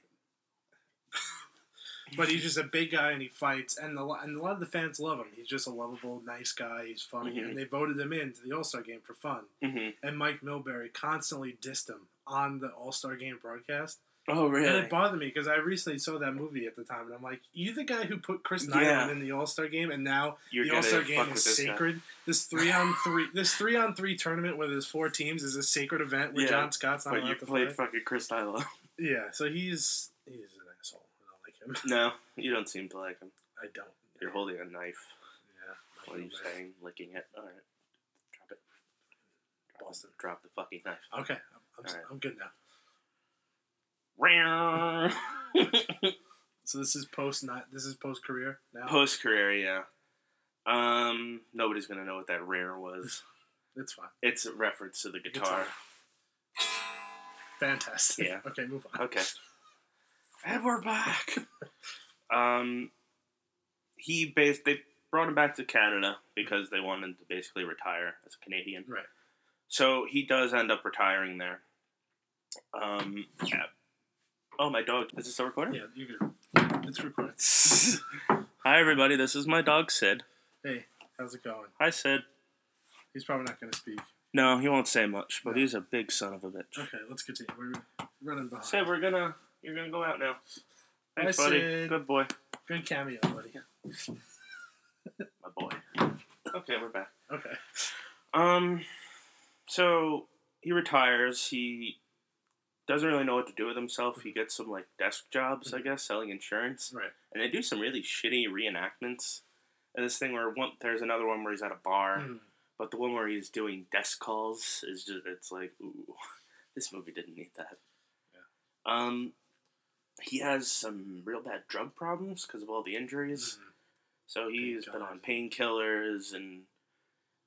[SPEAKER 4] But he's just a big guy and he fights, and the lo- and a lot of the fans love him. He's just a lovable, nice guy. He's funny,
[SPEAKER 5] Mhm.
[SPEAKER 4] and they voted him in to the All Star game for fun.
[SPEAKER 5] hmm
[SPEAKER 4] and Mike Milbury constantly dissed him on the All Star Game broadcast,
[SPEAKER 5] Oh
[SPEAKER 4] and
[SPEAKER 5] really?
[SPEAKER 4] it bothered me because I recently saw that movie at the time, and I'm like, "You the guy who put Chris Nyland
[SPEAKER 5] Yeah.
[SPEAKER 4] in the All Star Game, and now
[SPEAKER 5] You're
[SPEAKER 4] the All
[SPEAKER 5] gonna
[SPEAKER 4] Star
[SPEAKER 5] fuck
[SPEAKER 4] Game
[SPEAKER 5] with
[SPEAKER 4] is
[SPEAKER 5] this guy.
[SPEAKER 4] sacred. This three on three, this three on three tournament where there's four teams is a sacred event where
[SPEAKER 5] Yeah,
[SPEAKER 4] John Scott's not
[SPEAKER 5] But you
[SPEAKER 4] allowed to play.
[SPEAKER 5] played fucking Chris Nyla.
[SPEAKER 4] yeah, so he's he's an asshole. I don't like him.
[SPEAKER 5] no, you don't seem to like him.
[SPEAKER 4] I don't.
[SPEAKER 5] You're holding a knife.
[SPEAKER 4] Yeah,
[SPEAKER 5] What are
[SPEAKER 4] Mike
[SPEAKER 5] you
[SPEAKER 4] Milbury.
[SPEAKER 5] saying? Licking it. All right. Drop it.
[SPEAKER 4] Boston.
[SPEAKER 5] Drop the fucking knife.
[SPEAKER 4] Okay, I'm, I'm,
[SPEAKER 5] All right.
[SPEAKER 4] I'm good now.
[SPEAKER 5] Roar.
[SPEAKER 4] So this is post not this is post career now.
[SPEAKER 5] Post career, yeah. Um, nobody's gonna know what that rare was.
[SPEAKER 4] it's fine.
[SPEAKER 5] It's a reference to the guitar.
[SPEAKER 4] Fantastic.
[SPEAKER 5] Yeah.
[SPEAKER 4] Okay, move on.
[SPEAKER 5] Okay. And we're back. um, he based they brought him back to Canada because they wanted to basically retire as a Canadian.
[SPEAKER 4] Right.
[SPEAKER 5] So he does end up retiring there. Um, yeah. Oh, my dog. Is this still recording?
[SPEAKER 4] Yeah, you can. It's recorded.
[SPEAKER 5] Hi, everybody. This is my dog, Sid.
[SPEAKER 4] Hey, how's it going?
[SPEAKER 5] Hi, Sid.
[SPEAKER 4] He's probably not going to speak.
[SPEAKER 5] No, he won't say much, but
[SPEAKER 4] No.
[SPEAKER 5] he's a big son of a bitch.
[SPEAKER 4] Okay, let's continue. We're running behind.
[SPEAKER 5] Sid, we're gonna you're gonna go out now. Thanks,
[SPEAKER 4] Bye,
[SPEAKER 5] buddy.
[SPEAKER 4] Sid.
[SPEAKER 5] Good boy.
[SPEAKER 4] Good cameo, buddy.
[SPEAKER 5] My boy. Okay, we're back.
[SPEAKER 4] Okay.
[SPEAKER 5] Um, so he retires. He doesn't really know what to do with himself. He gets some like desk jobs, I guess, selling insurance,
[SPEAKER 4] Right.
[SPEAKER 5] and they do some really shitty reenactments. And this thing where one, there's another one where he's at a bar,
[SPEAKER 4] Mm.
[SPEAKER 5] but the one where he's doing desk calls is just it's like, ooh, this movie didn't need that. Um, he has some real bad drug problems because of all the injuries.
[SPEAKER 4] Hmm.
[SPEAKER 5] So he's been on painkillers and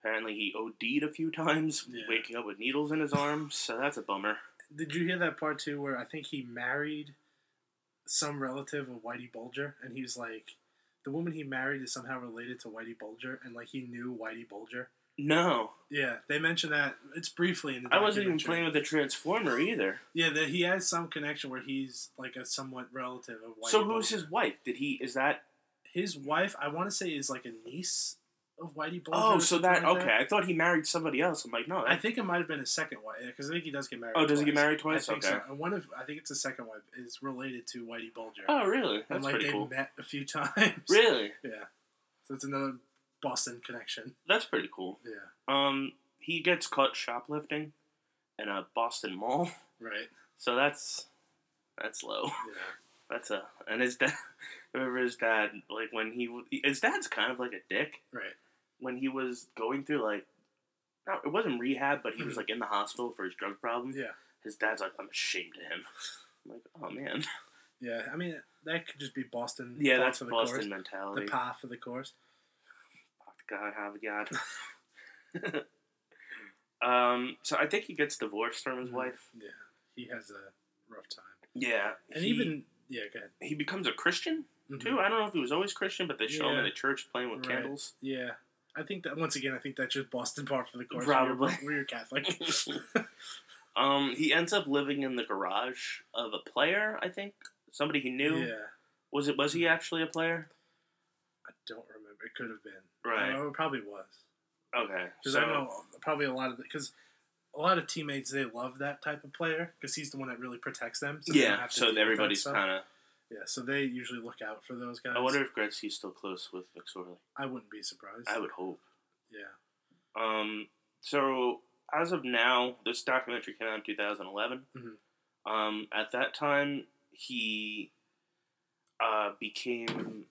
[SPEAKER 5] apparently he OD'd a few times,
[SPEAKER 4] Yeah.
[SPEAKER 5] waking up with needles in his arms. So that's a bummer.
[SPEAKER 4] Did you hear that part too, where I think he married some relative of Whitey Bulger, and he was like, the woman he married is somehow related to Whitey Bulger, and like he knew Whitey Bulger.
[SPEAKER 5] No,
[SPEAKER 4] Yeah, they mentioned that. It's briefly in the.
[SPEAKER 5] I wasn't even
[SPEAKER 4] documentary.
[SPEAKER 5] playing with the Transformer either.
[SPEAKER 4] Yeah, that he has some connection where he's like a somewhat relative of Whitey.
[SPEAKER 5] so who's
[SPEAKER 4] Bulger.
[SPEAKER 5] his wife? Did he? Is that?
[SPEAKER 4] His wife, I want to say, is like a niece of Whitey Bulger.
[SPEAKER 5] Oh,
[SPEAKER 4] or
[SPEAKER 5] so
[SPEAKER 4] something
[SPEAKER 5] that
[SPEAKER 4] like
[SPEAKER 5] okay? I thought he married somebody else. I'm like, no.
[SPEAKER 4] I
[SPEAKER 5] That,
[SPEAKER 4] think it might have been his second wife because I think he does get married.
[SPEAKER 5] oh, does he get
[SPEAKER 4] twice.
[SPEAKER 5] married twice?
[SPEAKER 4] I think
[SPEAKER 5] Okay.
[SPEAKER 4] so. And one of I think it's the second wife is related to Whitey Bulger.
[SPEAKER 5] Oh, really?
[SPEAKER 4] and
[SPEAKER 5] That's
[SPEAKER 4] like
[SPEAKER 5] pretty
[SPEAKER 4] they
[SPEAKER 5] cool.
[SPEAKER 4] met a few times.
[SPEAKER 5] Really,
[SPEAKER 4] Yeah. So it's another Boston connection.
[SPEAKER 5] that's pretty cool.
[SPEAKER 4] Yeah.
[SPEAKER 5] Um, he gets caught shoplifting in a Boston mall.
[SPEAKER 4] Right.
[SPEAKER 5] So that's that's low.
[SPEAKER 4] Yeah.
[SPEAKER 5] That's a and his dad. I remember his dad like when he w- his dad's kind of like a dick
[SPEAKER 4] Right.
[SPEAKER 5] when he was going through like no it wasn't rehab but he was like in the hospital for his drug problem.
[SPEAKER 4] Yeah.
[SPEAKER 5] His dad's like I'm ashamed of him. I'm like oh man
[SPEAKER 4] Yeah. I mean that could just be Boston.
[SPEAKER 5] yeah
[SPEAKER 4] par
[SPEAKER 5] that's
[SPEAKER 4] for the
[SPEAKER 5] Boston
[SPEAKER 4] Course. The
[SPEAKER 5] mentality.
[SPEAKER 4] path of the course.
[SPEAKER 5] God have a God. um. So I think he gets divorced from his
[SPEAKER 4] Mhm.
[SPEAKER 5] wife.
[SPEAKER 4] Yeah. He has a rough time.
[SPEAKER 5] Yeah.
[SPEAKER 4] And
[SPEAKER 5] he-
[SPEAKER 4] even yeah, go ahead.
[SPEAKER 5] he becomes a Christian
[SPEAKER 4] Mhm.
[SPEAKER 5] too. I don't know if he was always Christian, but they show him in
[SPEAKER 4] Yeah.
[SPEAKER 5] the church playing with
[SPEAKER 4] Right.
[SPEAKER 5] candles.
[SPEAKER 4] Yeah. I think that once again, I think that's just Boston par for the course. We're-
[SPEAKER 5] Probably.
[SPEAKER 4] we're, your Catholic.
[SPEAKER 5] Um, he ends up living in the garage of a player, I think. Somebody he knew.
[SPEAKER 4] yeah, Mm-hmm.
[SPEAKER 5] Was it was he actually a player?
[SPEAKER 4] I don't remember. It could have been.
[SPEAKER 5] Right.
[SPEAKER 4] No, it probably was.
[SPEAKER 5] Okay.
[SPEAKER 4] Because I know probably a lot of because a lot of teammates they love that type of player because he's the one that really protects them. So
[SPEAKER 5] yeah, so everybody's
[SPEAKER 4] of
[SPEAKER 5] kind of.
[SPEAKER 4] yeah. So they usually look out for those guys.
[SPEAKER 5] I wonder if Gretzky's still close with McSorley.
[SPEAKER 4] I wouldn't be surprised.
[SPEAKER 5] I would hope.
[SPEAKER 4] Yeah.
[SPEAKER 5] Um, so as of now, this documentary came out in 2011.
[SPEAKER 4] Mhm.
[SPEAKER 5] Um, at that time, he uh, became.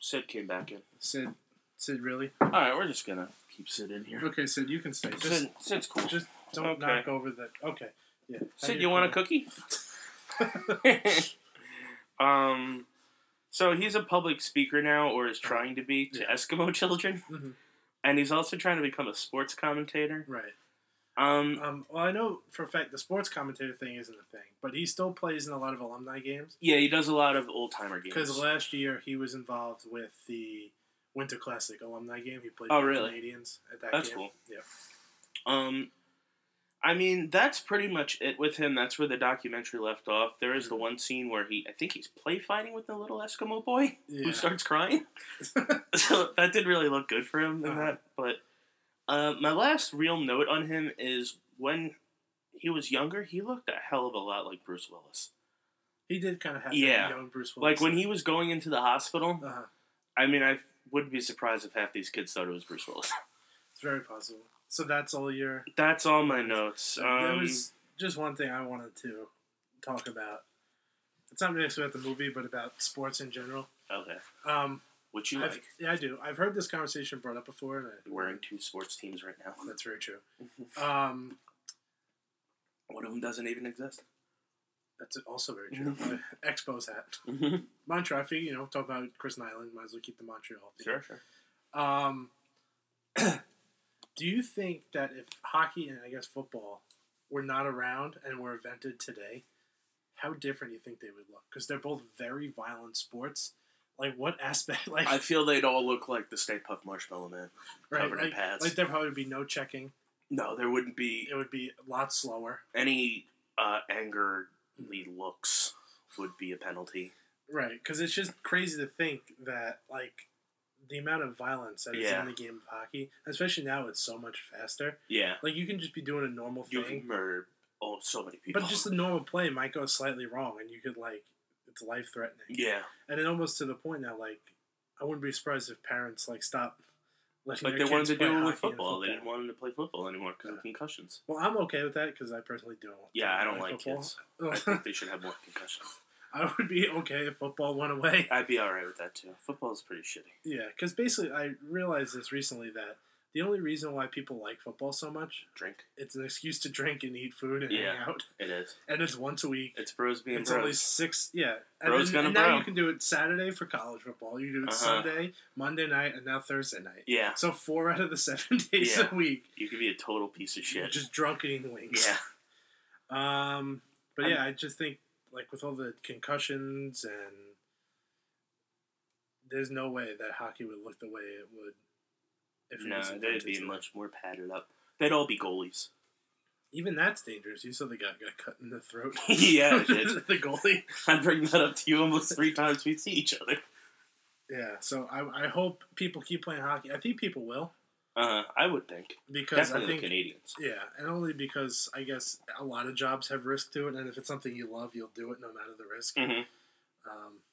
[SPEAKER 5] Sid came back in.
[SPEAKER 4] Sid, Sid, really?
[SPEAKER 5] All right, we're just gonna keep Sid in here.
[SPEAKER 4] Okay, Sid, you can stay. Just,
[SPEAKER 5] Sid, Sid's cool.
[SPEAKER 4] just don't
[SPEAKER 5] Okay.
[SPEAKER 4] knock over the. Okay. Yeah.
[SPEAKER 5] Sid, you want a cookie? um, so he's a public speaker now, or is trying to be, to
[SPEAKER 4] Yeah.
[SPEAKER 5] Eskimo children,
[SPEAKER 4] Mhm.
[SPEAKER 5] and he's also trying to become a sports commentator.
[SPEAKER 4] Right.
[SPEAKER 5] Um,
[SPEAKER 4] Um, well, I know for a fact the sports commentator thing isn't a thing, but he still plays in a lot of alumni games.
[SPEAKER 5] yeah, he does a lot of old timer
[SPEAKER 4] Because
[SPEAKER 5] games.
[SPEAKER 4] last year he was involved with the Winter Classic alumni game. He played
[SPEAKER 5] Oh,
[SPEAKER 4] for the
[SPEAKER 5] really?
[SPEAKER 4] Canadians at that
[SPEAKER 5] That's
[SPEAKER 4] game.
[SPEAKER 5] cool.
[SPEAKER 4] Yeah.
[SPEAKER 5] Um, I mean, that's pretty much it with him. That's where the documentary left off. There is the one scene where he, I think he's play fighting with the little Eskimo boy.
[SPEAKER 4] Yeah.
[SPEAKER 5] who starts crying. so that did really look good for him in
[SPEAKER 4] Uh-huh.
[SPEAKER 5] that. But uh, my last real note on him is when he was younger, he looked a hell of a lot like Bruce Willis.
[SPEAKER 4] He did kind of have
[SPEAKER 5] Yeah.
[SPEAKER 4] that young Bruce Willis.
[SPEAKER 5] Like when he was going into the hospital,
[SPEAKER 4] Uh-huh.
[SPEAKER 5] I mean, I would be surprised if half these kids thought it was Bruce Willis.
[SPEAKER 4] It's very possible. So that's all your.
[SPEAKER 5] That's all my notes.
[SPEAKER 4] there
[SPEAKER 5] Um,
[SPEAKER 4] was just one thing I wanted to talk about. It's not necessarily about the movie, but about sports in general.
[SPEAKER 5] Okay.
[SPEAKER 4] Um,
[SPEAKER 5] Would you
[SPEAKER 4] I've,
[SPEAKER 5] like?
[SPEAKER 4] yeah, I do. I've heard this conversation brought up before, and I,
[SPEAKER 5] You're wearing two sports teams right now.
[SPEAKER 4] that's
[SPEAKER 5] Mm-hmm.
[SPEAKER 4] very true. Um,
[SPEAKER 5] One of them doesn't even exist.
[SPEAKER 4] That's also very true.
[SPEAKER 5] Mm-hmm.
[SPEAKER 4] Uh, Expos hat.
[SPEAKER 5] Mhm.
[SPEAKER 4] Montreal, you know, talk about Chris Island. Might as well keep the Montreal. theme.
[SPEAKER 5] Sure, sure.
[SPEAKER 4] Um, do you think that if hockey and I guess football were not around and were invented today, how different do you think they would look? Because they're both very violent sports. Like what aspect? Like
[SPEAKER 5] I feel they'd all look like the Stay Puft Marshmallow Man.
[SPEAKER 4] right,
[SPEAKER 5] covered in
[SPEAKER 4] like,
[SPEAKER 5] pads.
[SPEAKER 4] like there probably would be no checking.
[SPEAKER 5] No, there wouldn't be
[SPEAKER 4] It would be a lot slower.
[SPEAKER 5] any uh, angerly looks would be a penalty.
[SPEAKER 4] Right, because it's just crazy to think that like the amount of violence that is
[SPEAKER 5] Yeah.
[SPEAKER 4] in the game of hockey, especially now, it's so much faster.
[SPEAKER 5] Yeah,
[SPEAKER 4] Like you can just be doing a normal
[SPEAKER 5] you
[SPEAKER 4] thing,
[SPEAKER 5] can murder oh so many people.
[SPEAKER 4] but just a normal play might go slightly wrong, and you could like it's life threatening.
[SPEAKER 5] yeah,
[SPEAKER 4] And it almost to the point now, like I wouldn't be surprised if parents like stop. Letting
[SPEAKER 5] like
[SPEAKER 4] their
[SPEAKER 5] they wanted
[SPEAKER 4] kids
[SPEAKER 5] to
[SPEAKER 4] play
[SPEAKER 5] do it
[SPEAKER 4] hockey
[SPEAKER 5] with
[SPEAKER 4] and
[SPEAKER 5] football. They didn't want them to play football anymore because
[SPEAKER 4] Yeah.
[SPEAKER 5] of concussions.
[SPEAKER 4] Well, I'm okay with that because I personally don't.
[SPEAKER 5] Yeah, I don't
[SPEAKER 4] play
[SPEAKER 5] like
[SPEAKER 4] football.
[SPEAKER 5] kids. I think they should have more concussions.
[SPEAKER 4] I would be okay if football went away.
[SPEAKER 5] I'd be all right with that too. Football's pretty shitty.
[SPEAKER 4] Yeah, because basically, I realized this recently that the only reason why people like football so much
[SPEAKER 5] Drink.
[SPEAKER 4] it's an excuse to drink and eat food and hang
[SPEAKER 5] Yeah.
[SPEAKER 4] out,
[SPEAKER 5] It is.
[SPEAKER 4] and it's once a week.
[SPEAKER 5] It's bros being
[SPEAKER 4] It's
[SPEAKER 5] bros.
[SPEAKER 4] only six, yeah. And,
[SPEAKER 5] Bro's
[SPEAKER 4] then-
[SPEAKER 5] gonna
[SPEAKER 4] and now
[SPEAKER 5] bro.
[SPEAKER 4] you can do it Saturday for college football. You do it
[SPEAKER 5] Uh-huh.
[SPEAKER 4] Sunday, Monday night, and now Thursday night.
[SPEAKER 5] Yeah,
[SPEAKER 4] So four out of the seven days
[SPEAKER 5] Yeah.
[SPEAKER 4] a week,
[SPEAKER 5] you could be a total piece of
[SPEAKER 4] you're
[SPEAKER 5] shit.
[SPEAKER 4] just drunk and eating wings.
[SPEAKER 5] Yeah,
[SPEAKER 4] Um, but
[SPEAKER 5] I'm-
[SPEAKER 4] yeah, I just think like with all the concussions and there's no way that hockey would look the way it would. If
[SPEAKER 5] no, they'd
[SPEAKER 4] invented
[SPEAKER 5] be
[SPEAKER 4] today.
[SPEAKER 5] much more padded up. They'd all be goalies.
[SPEAKER 4] Even that's dangerous. You saw the guy got cut in the throat.
[SPEAKER 5] Yeah, it did.
[SPEAKER 4] the goalie.
[SPEAKER 5] I bring that up to you almost three times we see each other.
[SPEAKER 4] Yeah, so I, I hope people keep playing hockey. I think people will
[SPEAKER 5] Uh, I would think
[SPEAKER 4] because
[SPEAKER 5] definitely
[SPEAKER 4] I
[SPEAKER 5] the
[SPEAKER 4] think
[SPEAKER 5] Canadians.
[SPEAKER 4] yeah, and only because I guess a lot of jobs have risk to it, and if it's something you love, you'll do it no matter the risk.
[SPEAKER 5] hmm
[SPEAKER 4] Um,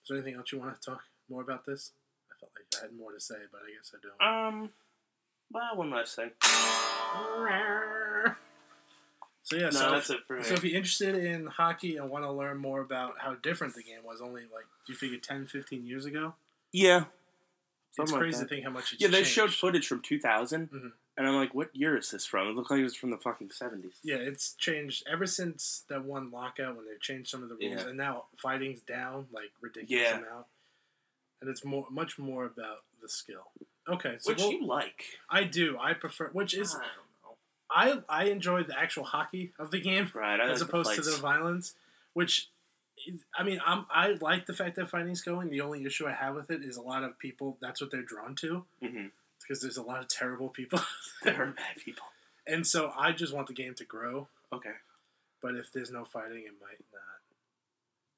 [SPEAKER 4] is there anything else you want to talk more about this? I felt like I had more to say, but I guess I don't.
[SPEAKER 5] Um, well, one last thing.
[SPEAKER 4] So yeah,
[SPEAKER 5] no,
[SPEAKER 4] so,
[SPEAKER 5] that's
[SPEAKER 4] if,
[SPEAKER 5] it for me.
[SPEAKER 4] so if you're interested in hockey and want to learn more about how different the game was, only like do you figure 10, 15 years ago,
[SPEAKER 5] yeah,
[SPEAKER 4] it's
[SPEAKER 5] Something like
[SPEAKER 4] crazy
[SPEAKER 5] that.
[SPEAKER 4] to think how much it's
[SPEAKER 5] yeah, they showed
[SPEAKER 4] changed.
[SPEAKER 5] footage from 2000,
[SPEAKER 4] Mhm.
[SPEAKER 5] and I'm like, what year is this from? It looked like it was from the fucking 70s.
[SPEAKER 4] Yeah, it's changed ever since that one lockout when they changed some of the rules,
[SPEAKER 5] Yeah.
[SPEAKER 4] and now fighting's down like ridiculous
[SPEAKER 5] Yeah.
[SPEAKER 4] amount, and it's more much more about the skill. Okay, so
[SPEAKER 5] Which
[SPEAKER 4] we'll-
[SPEAKER 5] you like?
[SPEAKER 4] I do, I prefer, which is
[SPEAKER 5] I don't
[SPEAKER 4] I I enjoy the actual hockey of the game
[SPEAKER 5] know. Right, I
[SPEAKER 4] as
[SPEAKER 5] like
[SPEAKER 4] opposed to the
[SPEAKER 5] fights.
[SPEAKER 4] violence, which. is- I mean, I'm, I like the fact that fighting's going. The only issue I have with it is a lot of people. That's what they're drawn to
[SPEAKER 5] Mhm.
[SPEAKER 4] because there's a lot of terrible people,
[SPEAKER 5] There are bad people.
[SPEAKER 4] and so I just want the game to grow.
[SPEAKER 5] Okay,
[SPEAKER 4] But if there's no fighting, it might not.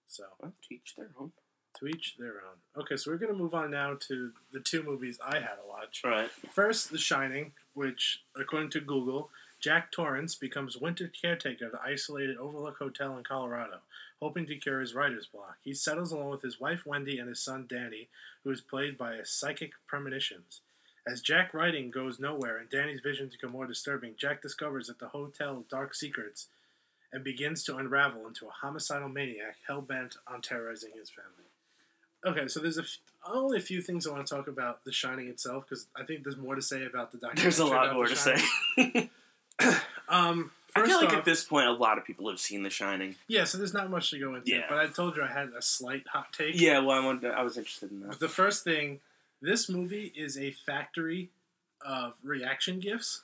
[SPEAKER 4] So
[SPEAKER 5] well, teach their own.
[SPEAKER 4] to each their own. Okay, so we're gonna move on now to the two movies I had to watch.
[SPEAKER 5] Right.
[SPEAKER 4] First, The Shining, which, according to Google, Jack Torrance becomes winter caretaker of the isolated Overlook Hotel in Colorado, hoping to cure his writer's block. He settles along with his wife Wendy and his son Danny, who is played by psychic premonitions. As Jack writing goes nowhere and Danny's visions become more disturbing, Jack discovers that the hotel dark secrets and begins to unravel into a homicidal maniac hell bent on terrorizing his family. Okay, so there's a f- only a few things I want to talk about The Shining itself because I think there's more to say about the documentary.
[SPEAKER 5] There's a lot
[SPEAKER 4] about
[SPEAKER 5] more
[SPEAKER 4] The
[SPEAKER 5] to say.
[SPEAKER 4] Shining. Um,
[SPEAKER 5] I
[SPEAKER 4] first
[SPEAKER 5] feel like
[SPEAKER 4] off,
[SPEAKER 5] at this point, a lot of people have seen The Shining.
[SPEAKER 4] yeah, so there's not much to go into.
[SPEAKER 5] Yeah.
[SPEAKER 4] But I told you I had a slight hot take.
[SPEAKER 5] Yeah, well, I wanted. To, I was interested in that.
[SPEAKER 4] The first thing, this movie is a factory of reaction gifts.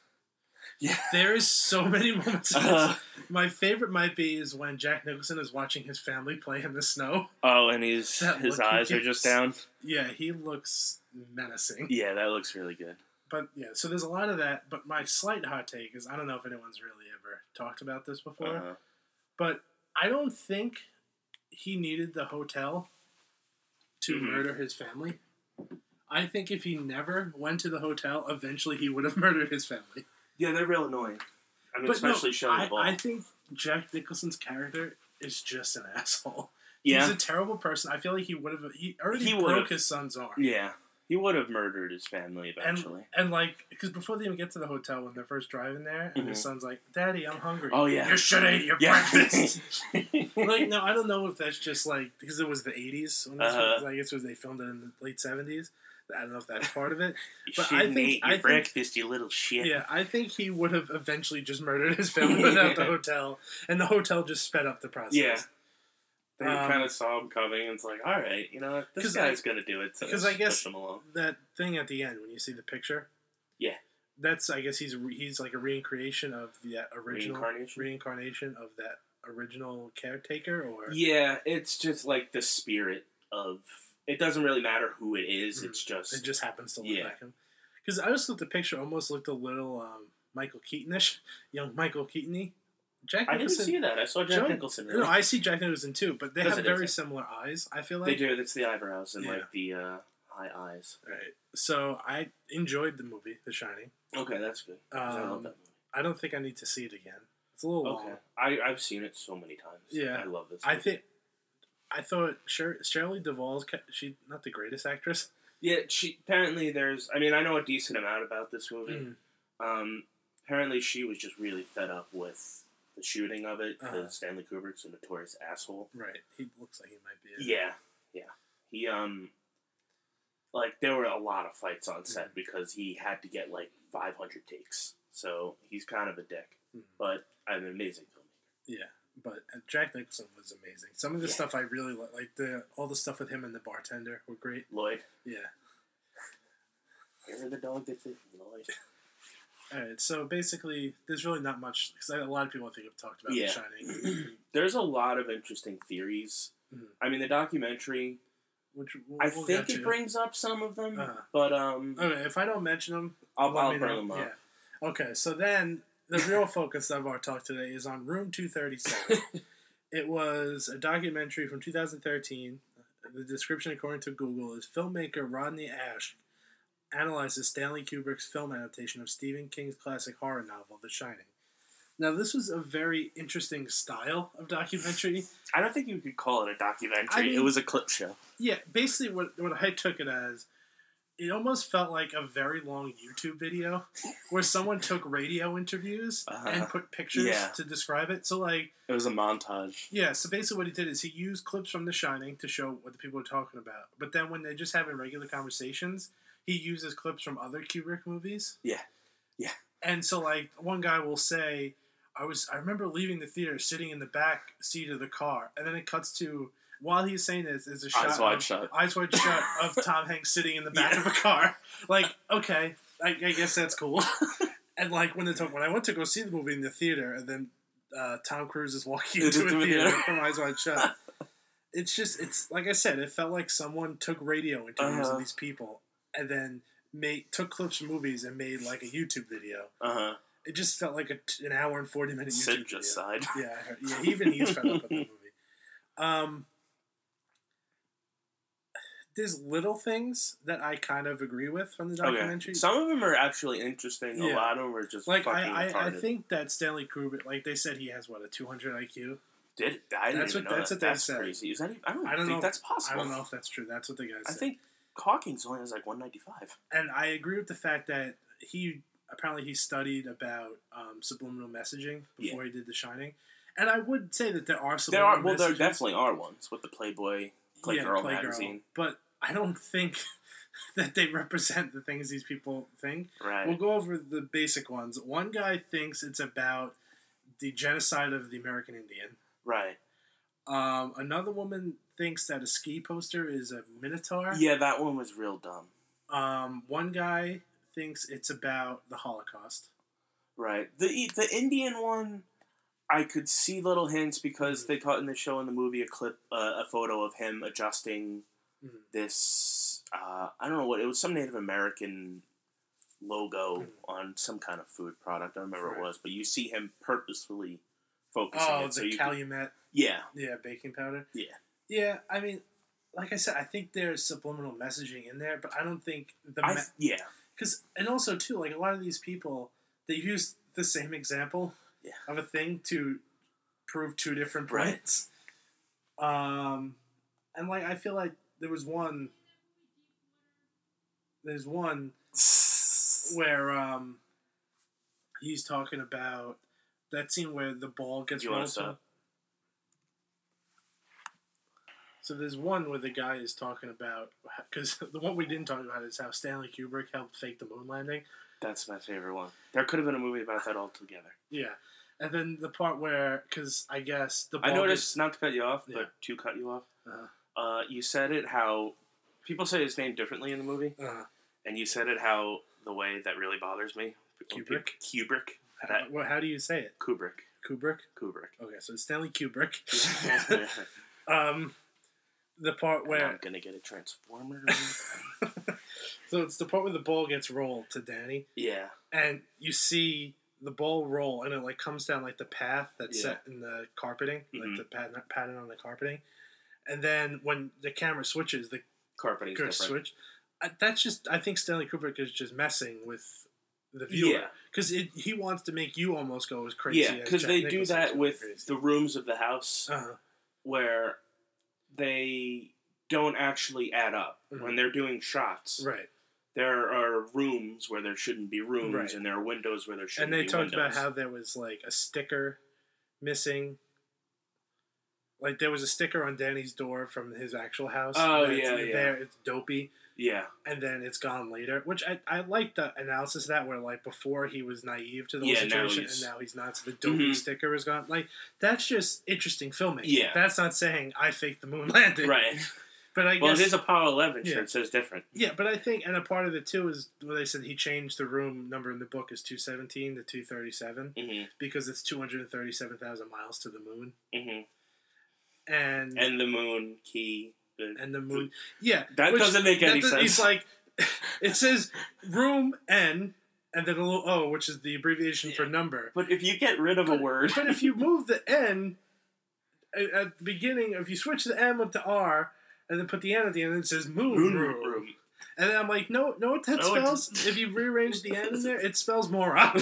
[SPEAKER 5] Yeah.
[SPEAKER 4] There is so many moments. in this.
[SPEAKER 5] Uh,
[SPEAKER 4] My favorite might be is when Jack Nicholson is watching his family play in the snow.
[SPEAKER 5] oh, and he's
[SPEAKER 4] That
[SPEAKER 5] his
[SPEAKER 4] look he
[SPEAKER 5] eyes are just
[SPEAKER 4] gives.
[SPEAKER 5] down.
[SPEAKER 4] Yeah, he looks menacing.
[SPEAKER 5] Yeah, that looks really good.
[SPEAKER 4] But yeah, so there's a lot of that. But my slight hot take is I don't know if anyone's really ever talked about this before.
[SPEAKER 5] Uh,
[SPEAKER 4] But I don't think he needed the hotel to
[SPEAKER 5] Mhm.
[SPEAKER 4] murder his family. I think if he never went to the hotel, eventually he would have murdered his family.
[SPEAKER 5] yeah, they're real annoying. I mean,
[SPEAKER 4] But no,
[SPEAKER 5] especially Shelley
[SPEAKER 4] I,
[SPEAKER 5] Duvall.
[SPEAKER 4] I think Jack Nicholson's character is just an asshole. He's
[SPEAKER 5] yeah,
[SPEAKER 4] a terrible person. I feel like he would have. He already
[SPEAKER 5] He
[SPEAKER 4] broke
[SPEAKER 5] would've.
[SPEAKER 4] his son's arm.
[SPEAKER 5] yeah, he would have murdered his family
[SPEAKER 4] And,
[SPEAKER 5] eventually.
[SPEAKER 4] and like, because before they even get to the hotel, when they're first driving there, and his
[SPEAKER 5] Mhm.
[SPEAKER 4] son's like, "Daddy, I'm hungry."
[SPEAKER 5] oh yeah,
[SPEAKER 4] You should eat your
[SPEAKER 5] Yeah.
[SPEAKER 4] breakfast. like, no, I don't know if that's just like because it was the '80s. When this
[SPEAKER 5] Uh-huh.
[SPEAKER 4] was, I guess was they filmed it in the late '70s. I don't know if that's part of it.
[SPEAKER 5] you
[SPEAKER 4] but I
[SPEAKER 5] shouldn't
[SPEAKER 4] think-
[SPEAKER 5] eat
[SPEAKER 4] I
[SPEAKER 5] your
[SPEAKER 4] think-
[SPEAKER 5] breakfast, you little shit.
[SPEAKER 4] Yeah, I think he would have eventually just murdered his family without the hotel, and the hotel just sped up the process.
[SPEAKER 5] Yeah. They
[SPEAKER 4] Um,
[SPEAKER 5] kind of saw him coming, and it's like, all right, you know, what, this
[SPEAKER 4] 'Cause I-
[SPEAKER 5] guy's gonna do it. So
[SPEAKER 4] 'cause
[SPEAKER 5] let's
[SPEAKER 4] I guess-
[SPEAKER 5] push him along.
[SPEAKER 4] that thing at the end when you see the picture.
[SPEAKER 5] Yeah.
[SPEAKER 4] That's I guess he's re- he's like a reincarnation of the original
[SPEAKER 5] Reincarnation?
[SPEAKER 4] reincarnation of that original caretaker or
[SPEAKER 5] Yeah, it's just like the spirit of. It doesn't really matter who it is. It's just
[SPEAKER 4] Mm. it just happens to look
[SPEAKER 5] Yeah.
[SPEAKER 4] like him. Because I just looked the picture almost looked a little um, Michael Keatonish, young Michael Keatony. Jack
[SPEAKER 5] I didn't
[SPEAKER 4] Nicholson.
[SPEAKER 5] see that. I saw Jack
[SPEAKER 4] John-
[SPEAKER 5] Nicholson.
[SPEAKER 4] No,
[SPEAKER 5] Really.
[SPEAKER 4] I see Jack Nicholson too, but they
[SPEAKER 5] Yes,
[SPEAKER 4] have
[SPEAKER 5] it is,
[SPEAKER 4] very
[SPEAKER 5] yeah.
[SPEAKER 4] similar eyes. I feel
[SPEAKER 5] they
[SPEAKER 4] like
[SPEAKER 5] do. That's the eyebrows and
[SPEAKER 4] Yeah.
[SPEAKER 5] like the uh, high eyes.
[SPEAKER 4] Right. So I enjoyed the movie The Shining.
[SPEAKER 5] Okay, that's good. 'cause I love
[SPEAKER 4] Um,
[SPEAKER 5] that movie.
[SPEAKER 4] I don't think I need to see it again. It's a little long.
[SPEAKER 5] Okay, I I've seen it so many times.
[SPEAKER 4] Yeah.
[SPEAKER 5] I love this.
[SPEAKER 4] I
[SPEAKER 5] movie.
[SPEAKER 4] think I thought Sher- Shirley Duvall's ca- she not the greatest actress.
[SPEAKER 5] Yeah, she apparently there's. I mean, I know a decent amount about this
[SPEAKER 4] Mm.
[SPEAKER 5] movie. Um, apparently, she was just really fed up with the shooting of it because
[SPEAKER 4] Uh-huh.
[SPEAKER 5] Stanley Kubrick's a notorious asshole.
[SPEAKER 4] Right, he looks like he might be. a-
[SPEAKER 5] Yeah, yeah. He um, like there were a lot of fights on set
[SPEAKER 4] Mhm.
[SPEAKER 5] because he had to get like 500 takes. So he's kind of a dick,
[SPEAKER 4] Mhm.
[SPEAKER 5] but I'm an amazing filmmaker.
[SPEAKER 4] yeah. But uh, Jack Nicholson was amazing. Some of the
[SPEAKER 5] Yeah.
[SPEAKER 4] stuff I really li- like. The all the stuff with him and the bartender were great.
[SPEAKER 5] Lloyd,
[SPEAKER 4] Yeah.
[SPEAKER 5] you're the dog that did Lloyd.
[SPEAKER 4] All right. So basically, there's really not much because a lot of people I think have talked about
[SPEAKER 5] Yeah.
[SPEAKER 4] The Shining,
[SPEAKER 5] There's a lot of interesting theories.
[SPEAKER 4] Mhm.
[SPEAKER 5] I mean, the documentary.
[SPEAKER 4] which we'll,
[SPEAKER 5] I
[SPEAKER 4] we'll
[SPEAKER 5] think
[SPEAKER 4] get
[SPEAKER 5] it
[SPEAKER 4] to.
[SPEAKER 5] brings up some of them,
[SPEAKER 4] Uh-huh.
[SPEAKER 5] but um,
[SPEAKER 4] Okay, if I don't mention them,
[SPEAKER 5] I'll,
[SPEAKER 4] Let
[SPEAKER 5] I'll
[SPEAKER 4] me
[SPEAKER 5] bring
[SPEAKER 4] know.
[SPEAKER 5] them up.
[SPEAKER 4] Yeah. Okay, so then the real focus of our talk today is on Room 237. it was a documentary from 2013. The description, according to Google, is filmmaker Rodney Ash analyzes Stanley Kubrick's film adaptation of Stephen King's classic horror novel, The Shining. Now, this was a very interesting style of documentary.
[SPEAKER 5] I don't think you could call it a documentary.
[SPEAKER 4] I mean-
[SPEAKER 5] it was a clip show.
[SPEAKER 4] Yeah, basically what what I took it as, it almost felt like a very long YouTube video where someone took radio interviews
[SPEAKER 5] Uh-huh.
[SPEAKER 4] and put pictures
[SPEAKER 5] Yeah.
[SPEAKER 4] to describe it. So like,
[SPEAKER 5] It was a montage.
[SPEAKER 4] yeah, so basically what he did is he used clips from The Shining to show what the people were talking about. But then when they're just having regular conversations, he uses clips from other Kubrick movies.
[SPEAKER 5] Yeah. Yeah.
[SPEAKER 4] And so like one guy will say, I was I remember leaving the theater sitting in the back seat of the car, and then it cuts to while he's saying this is a shot
[SPEAKER 5] Eyes wide
[SPEAKER 4] of-
[SPEAKER 5] shut.
[SPEAKER 4] eyes wide shut of Tom Hanks sitting in the back
[SPEAKER 5] Yeah.
[SPEAKER 4] of a car. Like, okay, I, I guess that's cool. and like when they talk, when I went to go see the movie in the theater, and then uh, Tom Cruise is walking
[SPEAKER 5] Into
[SPEAKER 4] into a
[SPEAKER 5] the
[SPEAKER 4] theater
[SPEAKER 5] theater.
[SPEAKER 4] from Eyes Wide Shut. It's just, it's like I said, it felt like someone took radio interviews
[SPEAKER 5] Uh-huh.
[SPEAKER 4] of these people and then made took clips from movies and made like a YouTube video.
[SPEAKER 5] Uh huh.
[SPEAKER 4] It just felt like a t an hour and forty minute YouTube
[SPEAKER 5] Sid
[SPEAKER 4] video
[SPEAKER 5] just sighed.
[SPEAKER 4] yeah, I heard- yeah. Even he's fed up with that movie. Um, there's little things that I kind of agree with from the
[SPEAKER 5] Okay.
[SPEAKER 4] documentary.
[SPEAKER 5] Some of them are actually interesting. A
[SPEAKER 4] Yeah.
[SPEAKER 5] lot of them are just
[SPEAKER 4] like
[SPEAKER 5] fucking
[SPEAKER 4] I, I, I
[SPEAKER 5] retarded.
[SPEAKER 4] think that Stanley Kubrick, like they said, he has what a 200 IQ.
[SPEAKER 5] Did I didn't
[SPEAKER 4] That's
[SPEAKER 5] even
[SPEAKER 4] what-
[SPEAKER 5] know
[SPEAKER 4] that's
[SPEAKER 5] that.
[SPEAKER 4] what they
[SPEAKER 5] that's
[SPEAKER 4] said.
[SPEAKER 5] crazy. Is that even, I don't,
[SPEAKER 4] I don't
[SPEAKER 5] Hmm, think
[SPEAKER 4] know.
[SPEAKER 5] that's possible.
[SPEAKER 4] I don't know if that's true. That's what the guy
[SPEAKER 5] I
[SPEAKER 4] said.
[SPEAKER 5] think Hawkins only has like 195.
[SPEAKER 4] and I agree with the fact that he apparently he studied about um, subliminal messaging
[SPEAKER 5] Yeah.
[SPEAKER 4] before he did The Shining. And I would say that there are
[SPEAKER 5] There
[SPEAKER 4] subliminal
[SPEAKER 5] are well, there
[SPEAKER 4] messages.
[SPEAKER 5] definitely are ones with the Playboy, Playgirl
[SPEAKER 4] Playgirl.
[SPEAKER 5] magazine,
[SPEAKER 4] But I don't think that they represent the things these people think.
[SPEAKER 5] right?
[SPEAKER 4] We'll go over the basic ones. One guy thinks it's about the genocide of the American Indian.
[SPEAKER 5] right.
[SPEAKER 4] Um, another woman thinks that a ski poster is a minotaur.
[SPEAKER 5] Yeah, that one was real dumb.
[SPEAKER 4] Um, one guy thinks it's about the Holocaust.
[SPEAKER 5] Right. The E, the Indian one, I could see little hints because they caught in the show in the movie a clip, uh, a photo of him adjusting
[SPEAKER 4] Mhm.
[SPEAKER 5] this. Uh, I don't know what it was. Some Native American logo on some kind of food product. I don't remember what it
[SPEAKER 4] Hmm. Right.
[SPEAKER 5] was, but you see him purposefully focusing
[SPEAKER 4] Oh,
[SPEAKER 5] it. So
[SPEAKER 4] the
[SPEAKER 5] you could-
[SPEAKER 4] Calumet.
[SPEAKER 5] yeah.
[SPEAKER 4] Yeah, baking powder.
[SPEAKER 5] Yeah.
[SPEAKER 4] Yeah, I mean, like I said, I think there's subliminal messaging in there, but I don't think the
[SPEAKER 5] I,
[SPEAKER 4] me-
[SPEAKER 5] yeah.
[SPEAKER 4] because and also too like a lot of these people they use the same example
[SPEAKER 5] Yeah.
[SPEAKER 4] of a thing to prove two different
[SPEAKER 5] Right.
[SPEAKER 4] points um and like i feel like there was one there's one where um he's talking about that scene where the ball gets
[SPEAKER 5] You wanna
[SPEAKER 4] rolled to him.
[SPEAKER 5] stop?
[SPEAKER 4] so there's one where the guy is talking about because the one we didn't talk about is how Stanley Kubrick helped fake the moon landing.
[SPEAKER 5] That's my favorite one. There could have been a movie about that altogether.
[SPEAKER 4] Yeah. And then the part where, because I guess the
[SPEAKER 5] I
[SPEAKER 4] ball
[SPEAKER 5] noticed, not to cut you off,
[SPEAKER 4] Yeah.
[SPEAKER 5] but to cut you off,
[SPEAKER 4] Uh-huh.
[SPEAKER 5] uh, you said it how people say his name differently in the movie,
[SPEAKER 4] gets- uh,
[SPEAKER 5] and you said it how the way that really bothers me.
[SPEAKER 4] Kubrick? Uh-huh.
[SPEAKER 5] Kubrick.
[SPEAKER 4] how,
[SPEAKER 5] That-
[SPEAKER 4] well, how do you say it?
[SPEAKER 5] Kubrick.
[SPEAKER 4] Kubrick.
[SPEAKER 5] Kubrick.
[SPEAKER 4] Okay, so it's Stanley Kubrick. um, the part
[SPEAKER 5] And
[SPEAKER 4] where
[SPEAKER 5] I'm gonna get a transformer.
[SPEAKER 4] so it's the part where the ball gets rolled to Danny,
[SPEAKER 5] yeah.
[SPEAKER 4] and you see the ball roll, and it like comes down like the path that's
[SPEAKER 5] Yeah.
[SPEAKER 4] set in the carpeting,
[SPEAKER 5] Mhm.
[SPEAKER 4] like the pattern, pattern on the carpeting. And then when the camera switches, the
[SPEAKER 5] Carpeting.
[SPEAKER 4] curse switch. I, that's just I think Stanley Kubrick is just messing with the
[SPEAKER 5] Yeah.
[SPEAKER 4] viewer because he wants to make you almost go as crazy.
[SPEAKER 5] Yeah,
[SPEAKER 4] as
[SPEAKER 5] because
[SPEAKER 4] Jack
[SPEAKER 5] they do
[SPEAKER 4] Nicholson's
[SPEAKER 5] that
[SPEAKER 4] going
[SPEAKER 5] with
[SPEAKER 4] crazy.
[SPEAKER 5] the rooms of the house
[SPEAKER 4] Uh-huh.
[SPEAKER 5] where they don't actually add up.
[SPEAKER 4] Mhm.
[SPEAKER 5] When they're doing shots,
[SPEAKER 4] right.
[SPEAKER 5] there are rooms where there shouldn't be rooms,
[SPEAKER 4] Right.
[SPEAKER 5] and there are windows where there shouldn't
[SPEAKER 4] And
[SPEAKER 5] be
[SPEAKER 4] they talked about
[SPEAKER 5] windows.
[SPEAKER 4] how there was like a sticker missing. Like there was a sticker on Danny's door from his actual house.
[SPEAKER 5] Oh,
[SPEAKER 4] and
[SPEAKER 5] yeah,
[SPEAKER 4] it's
[SPEAKER 5] yeah.
[SPEAKER 4] There, it's dopey,
[SPEAKER 5] Yeah,
[SPEAKER 4] and then it's gone later. Which I I like the analysis of that where like before he was naive to the
[SPEAKER 5] Yeah,
[SPEAKER 4] whole
[SPEAKER 5] now
[SPEAKER 4] situation,
[SPEAKER 5] he's-
[SPEAKER 4] and now he's not. So the dopey
[SPEAKER 5] Mhm.
[SPEAKER 4] sticker is gone. Like that's just interesting filming.
[SPEAKER 5] Yeah.
[SPEAKER 4] that's not saying I faked the moon landing.
[SPEAKER 5] right.
[SPEAKER 4] But I
[SPEAKER 5] Well,
[SPEAKER 4] guess
[SPEAKER 5] it is Apollo 11, sure,
[SPEAKER 4] Yeah.
[SPEAKER 5] it says different.
[SPEAKER 4] yeah, but I think, and a part of it too is where they said he changed the room number in the book is 217 to 237
[SPEAKER 5] hmm
[SPEAKER 4] because it's 237,000 miles to the moon.
[SPEAKER 5] hmm
[SPEAKER 4] Mm-hmm. And and,
[SPEAKER 5] And the moon key. The,
[SPEAKER 4] the moon. Yeah.
[SPEAKER 5] That doesn't make any
[SPEAKER 4] does- It's
[SPEAKER 5] sense.
[SPEAKER 4] like, it says room N and then a little O, which is the abbreviation for number.
[SPEAKER 5] but if you get rid of a word,
[SPEAKER 4] But if you move the N at, at the beginning, if you switch the M with the R and then put the N at the end, it says moon,
[SPEAKER 5] moon
[SPEAKER 4] room.
[SPEAKER 5] room.
[SPEAKER 4] And then I'm like, no, no, what that
[SPEAKER 5] No, it
[SPEAKER 4] spells? If you rearrange the end in there, it spells more up,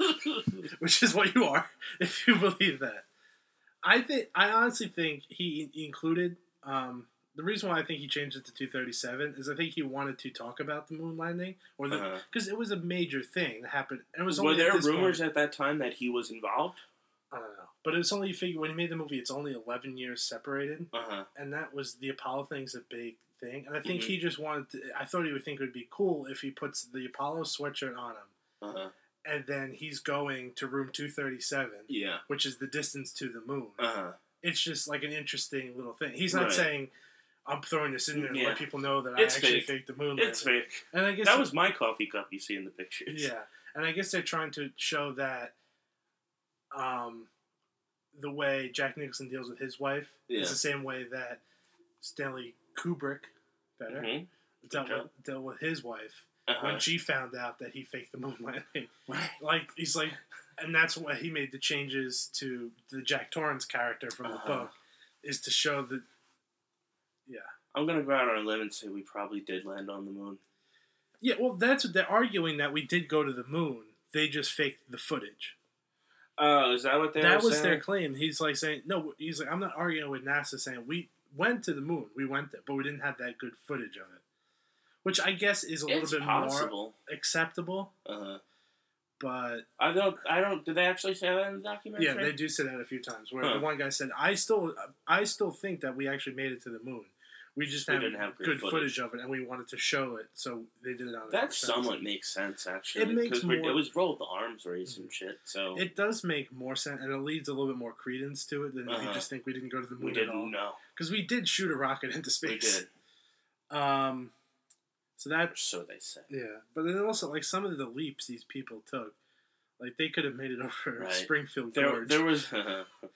[SPEAKER 4] which is what you are if you believe that. I think I honestly think he in- included um, the reason why I think he changed it to 237 is I think he wanted to talk about the moon landing or the
[SPEAKER 5] Uh-huh.
[SPEAKER 4] because it was a major thing that happened. It was only
[SPEAKER 5] Were
[SPEAKER 4] at
[SPEAKER 5] there
[SPEAKER 4] this point-
[SPEAKER 5] rumors at that time that he was involved?
[SPEAKER 4] I don't know, Uh, but it's only figure when he made the movie, it's only 11 years separated
[SPEAKER 5] Uh huh.
[SPEAKER 4] and that was the Apollo thing's a big thing. And I think
[SPEAKER 5] Mhm.
[SPEAKER 4] he just wanted. To, I thought he would think it would be cool if he puts the Apollo sweatshirt on him,
[SPEAKER 5] Uh huh.
[SPEAKER 4] and then he's going to room two thirty seven,
[SPEAKER 5] Yeah.
[SPEAKER 4] which is the distance to the moon.
[SPEAKER 5] Uh huh.
[SPEAKER 4] It's just like an interesting little thing. He's not
[SPEAKER 5] Right.
[SPEAKER 4] saying. I'm throwing this in there to
[SPEAKER 5] Yeah.
[SPEAKER 4] let people know that
[SPEAKER 5] It's
[SPEAKER 4] I actually
[SPEAKER 5] fake.
[SPEAKER 4] faked the moon.
[SPEAKER 5] It's
[SPEAKER 4] landing."
[SPEAKER 5] fake.
[SPEAKER 4] And I guess
[SPEAKER 5] That was my coffee cup you see in the pictures.
[SPEAKER 4] yeah, and I guess they're trying to show that, um, the way Jack Nicholson deals with his wife
[SPEAKER 5] Yeah.
[SPEAKER 4] is the same way that Stanley Kubrick, better,
[SPEAKER 5] Mhm.
[SPEAKER 4] dealt
[SPEAKER 5] job.
[SPEAKER 4] with, dealt with his wife
[SPEAKER 5] Uh-huh.
[SPEAKER 4] when she found out that he faked the moon landing. Like he's like, and that's why he made the changes to the Jack Torrance character from the
[SPEAKER 5] Uh-huh.
[SPEAKER 4] book, is to show that.
[SPEAKER 5] I'm gonna go out on a limb and say we probably did land on the moon.
[SPEAKER 4] Yeah, well, that's what they're arguing that we did go to the moon. They just faked the footage.
[SPEAKER 5] Oh, is that what they
[SPEAKER 4] that
[SPEAKER 5] were
[SPEAKER 4] was their
[SPEAKER 5] saying?
[SPEAKER 4] claim. He's like saying, no, he's like, I'm not arguing with NASA saying we went to the moon. We went there, but we didn't have that good footage of it, which I guess is a little
[SPEAKER 5] It's
[SPEAKER 4] bit
[SPEAKER 5] possible.
[SPEAKER 4] more acceptable.
[SPEAKER 5] Uh-huh.
[SPEAKER 4] But
[SPEAKER 5] I don't. I don't. Did they actually say that in the documentary?
[SPEAKER 4] Yeah, they do say that a few times. Where
[SPEAKER 5] Huh.
[SPEAKER 4] the one guy said, "I still, I still think that we actually made it to the moon. We just
[SPEAKER 5] We
[SPEAKER 4] have
[SPEAKER 5] didn't have
[SPEAKER 4] good,
[SPEAKER 5] good
[SPEAKER 4] footage. of it, and we wanted to show it, so they did it on."
[SPEAKER 5] That
[SPEAKER 4] the first
[SPEAKER 5] somewhat makes sense, actually.
[SPEAKER 4] It makes
[SPEAKER 5] 'cause we're-
[SPEAKER 4] more-
[SPEAKER 5] It was rolled the arms race and shit. So
[SPEAKER 4] time. It does make more sense, and it leads a little bit more credence to it than if you
[SPEAKER 5] Uh-huh.
[SPEAKER 4] just think we didn't go to the moon
[SPEAKER 5] we
[SPEAKER 4] at
[SPEAKER 5] didn't
[SPEAKER 4] all.
[SPEAKER 5] know.
[SPEAKER 4] Because we did shoot a rocket into
[SPEAKER 5] We
[SPEAKER 4] space.
[SPEAKER 5] did,
[SPEAKER 4] Um, so that
[SPEAKER 5] or so they said.
[SPEAKER 4] yeah, but then also like some of the leaps these people took, like they could have made it over
[SPEAKER 5] Right.
[SPEAKER 4] Springfield
[SPEAKER 5] There,
[SPEAKER 4] Gorge.
[SPEAKER 5] there was.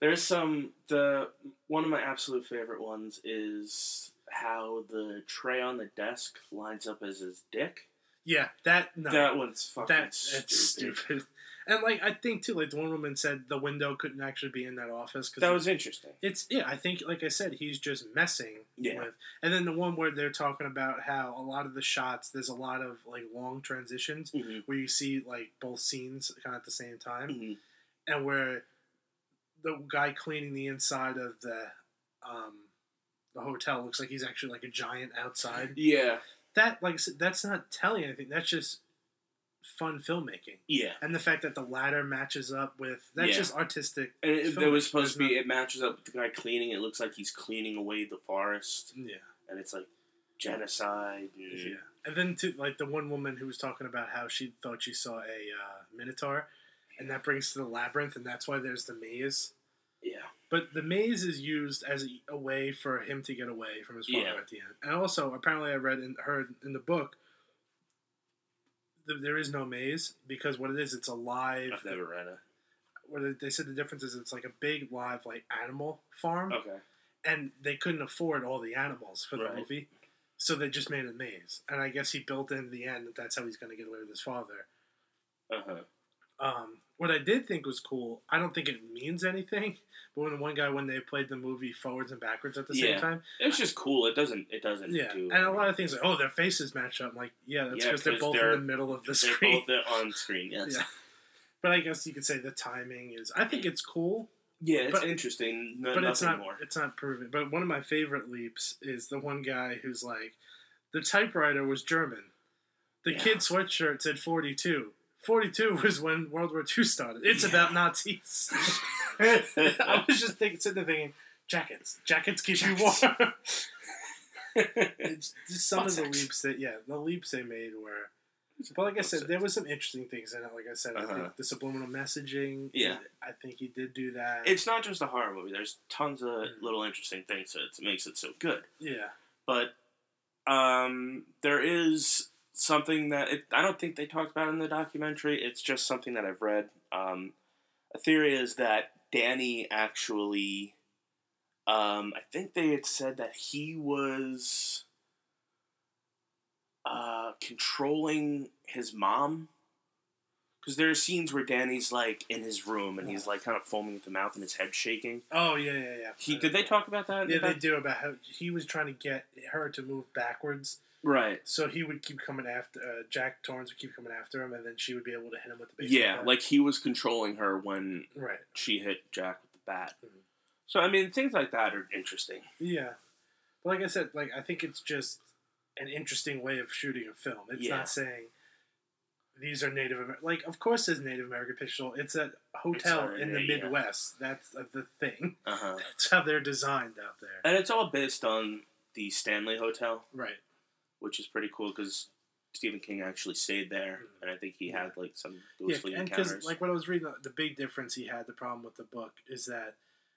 [SPEAKER 5] there's some. The one of my absolute favorite ones is how the tray on the desk lines up as his dick.
[SPEAKER 4] yeah, that no.
[SPEAKER 5] That one's fucking
[SPEAKER 4] That's that's
[SPEAKER 5] stupid.
[SPEAKER 4] stupid. And like I think too, like the one woman said, the window couldn't actually be in that office because
[SPEAKER 5] That was interesting.
[SPEAKER 4] it's yeah. I think like I said, he's just messing
[SPEAKER 5] Yeah.
[SPEAKER 4] with. And then the one where they're talking about how a lot of the shots, there's a lot of like long transitions
[SPEAKER 5] Mhm.
[SPEAKER 4] where you see like both scenes kind of at the same time,
[SPEAKER 5] Mhm.
[SPEAKER 4] and where the guy cleaning the inside of the um the hotel looks like he's actually like a giant outside.
[SPEAKER 5] Yeah,
[SPEAKER 4] That like I said, that's not telling anything. That's just fun filmmaking
[SPEAKER 5] yeah.
[SPEAKER 4] and the fact that the ladder matches up with that's
[SPEAKER 5] Yeah.
[SPEAKER 4] just artistic.
[SPEAKER 5] And it,
[SPEAKER 4] filmmaking,
[SPEAKER 5] there was supposed to
[SPEAKER 4] isn't
[SPEAKER 5] be.
[SPEAKER 4] it?
[SPEAKER 5] It matches up with the guy cleaning. It looks like he's cleaning away the forest,
[SPEAKER 4] yeah,
[SPEAKER 5] and it's like genocide. and-
[SPEAKER 4] yeah. And then to like the one woman who was talking about how she thought she saw a uh, minotaur, and that brings to the labyrinth, and that's why there's the maze.
[SPEAKER 5] Yeah.
[SPEAKER 4] But the maze is used as a, a way for him to get away from his father
[SPEAKER 5] Yeah.
[SPEAKER 4] at the end. And also, apparently, I read and heard in the book. th- There is no maze because what it is, it's alive.
[SPEAKER 5] I've never read it.
[SPEAKER 4] What they- they said the difference is, it's like a big live like animal farm,
[SPEAKER 5] Okay.
[SPEAKER 4] and they couldn't afford all the animals for the
[SPEAKER 5] Oh. Right.
[SPEAKER 4] movie, so they just made a maze. And I guess he built in the end that that's how he's going to get away with his father.
[SPEAKER 5] Uh huh.
[SPEAKER 4] Um, what I did think was cool, I don't think it means anything, but when the one guy, when they played the movie forwards and backwards at the
[SPEAKER 5] Yeah.
[SPEAKER 4] same time,
[SPEAKER 5] It's just cool. It doesn't. It doesn't.
[SPEAKER 4] yeah,
[SPEAKER 5] Do
[SPEAKER 4] and a lot of things like, oh, their faces match up. I'm like, yeah, that's
[SPEAKER 5] Yeah,
[SPEAKER 4] because they're
[SPEAKER 5] 'cause
[SPEAKER 4] both
[SPEAKER 5] they're-
[SPEAKER 4] in the middle of the
[SPEAKER 5] They're
[SPEAKER 4] screen.
[SPEAKER 5] both on screen. Yes.
[SPEAKER 4] yeah. But I guess you could say the timing is, I think it's cool,
[SPEAKER 5] Yeah, it's
[SPEAKER 4] But-
[SPEAKER 5] interesting. No,
[SPEAKER 4] but
[SPEAKER 5] nothing
[SPEAKER 4] it's not,
[SPEAKER 5] more.
[SPEAKER 4] it's not proven. But one of my favorite leaps is the one guy who's like, the typewriter was German. The
[SPEAKER 5] Yeah.
[SPEAKER 4] kid sweatshirt said 42. 42 was when World War II started. It's
[SPEAKER 5] Yeah.
[SPEAKER 4] about Nazis. I was just thinking, sitting there thinking, jackets. Jackets keep you warm. It's just some of the
[SPEAKER 5] Butt sex.
[SPEAKER 4] leaps that, yeah, the leaps they made were. But like I said, there was some interesting things in it. Like I said, I
[SPEAKER 5] Uh-huh.
[SPEAKER 4] think the subliminal messaging.
[SPEAKER 5] Yeah.
[SPEAKER 4] I think he did do that.
[SPEAKER 5] It's not just a horror movie. There's tons of little interesting things that it makes it so good.
[SPEAKER 4] yeah.
[SPEAKER 5] But um, there is something that it, I don't think they talked about in the documentary. It's just something that I've read. Um, a theory is that Danny actually, um, I think they had said that he was uh, controlling his mom. Because there are scenes where Danny's like in his room and he's like kind of foaming at the mouth and his head shaking.
[SPEAKER 4] Oh, yeah, yeah, yeah.
[SPEAKER 5] He did they talk about that? in the
[SPEAKER 4] Yeah, they
[SPEAKER 5] doc-
[SPEAKER 4] do about how he was trying to get her to move backwards,
[SPEAKER 5] Right.
[SPEAKER 4] so he would keep coming after uh, Jack Torrance would keep coming after him, and then she would be able to hit him with the baseball.
[SPEAKER 5] Yeah,
[SPEAKER 4] bat.
[SPEAKER 5] like he was controlling her when
[SPEAKER 4] right,
[SPEAKER 5] she hit Jack with the bat.
[SPEAKER 4] Mhm.
[SPEAKER 5] So I mean, things like that are interesting.
[SPEAKER 4] yeah. But like I said, like I think it's just an interesting way of shooting a film. It's
[SPEAKER 5] Yeah.
[SPEAKER 4] not saying these are Native Amer- like of course there's Native American picture. It's a hotel
[SPEAKER 5] already-
[SPEAKER 4] in the
[SPEAKER 5] yeah.
[SPEAKER 4] Midwest. That's uh, the thing.
[SPEAKER 5] Uh huh.
[SPEAKER 4] That's how they're designed out there.
[SPEAKER 5] And it's all based on the Stanley Hotel,
[SPEAKER 4] Right.
[SPEAKER 5] which is pretty cool because Stephen King actually stayed there, and I think he had like some
[SPEAKER 4] Mm-hmm. Yeah,
[SPEAKER 5] ghostly
[SPEAKER 4] and because
[SPEAKER 5] encounters.
[SPEAKER 4] like what I was reading, the- the big difference he had, the problem with the book is that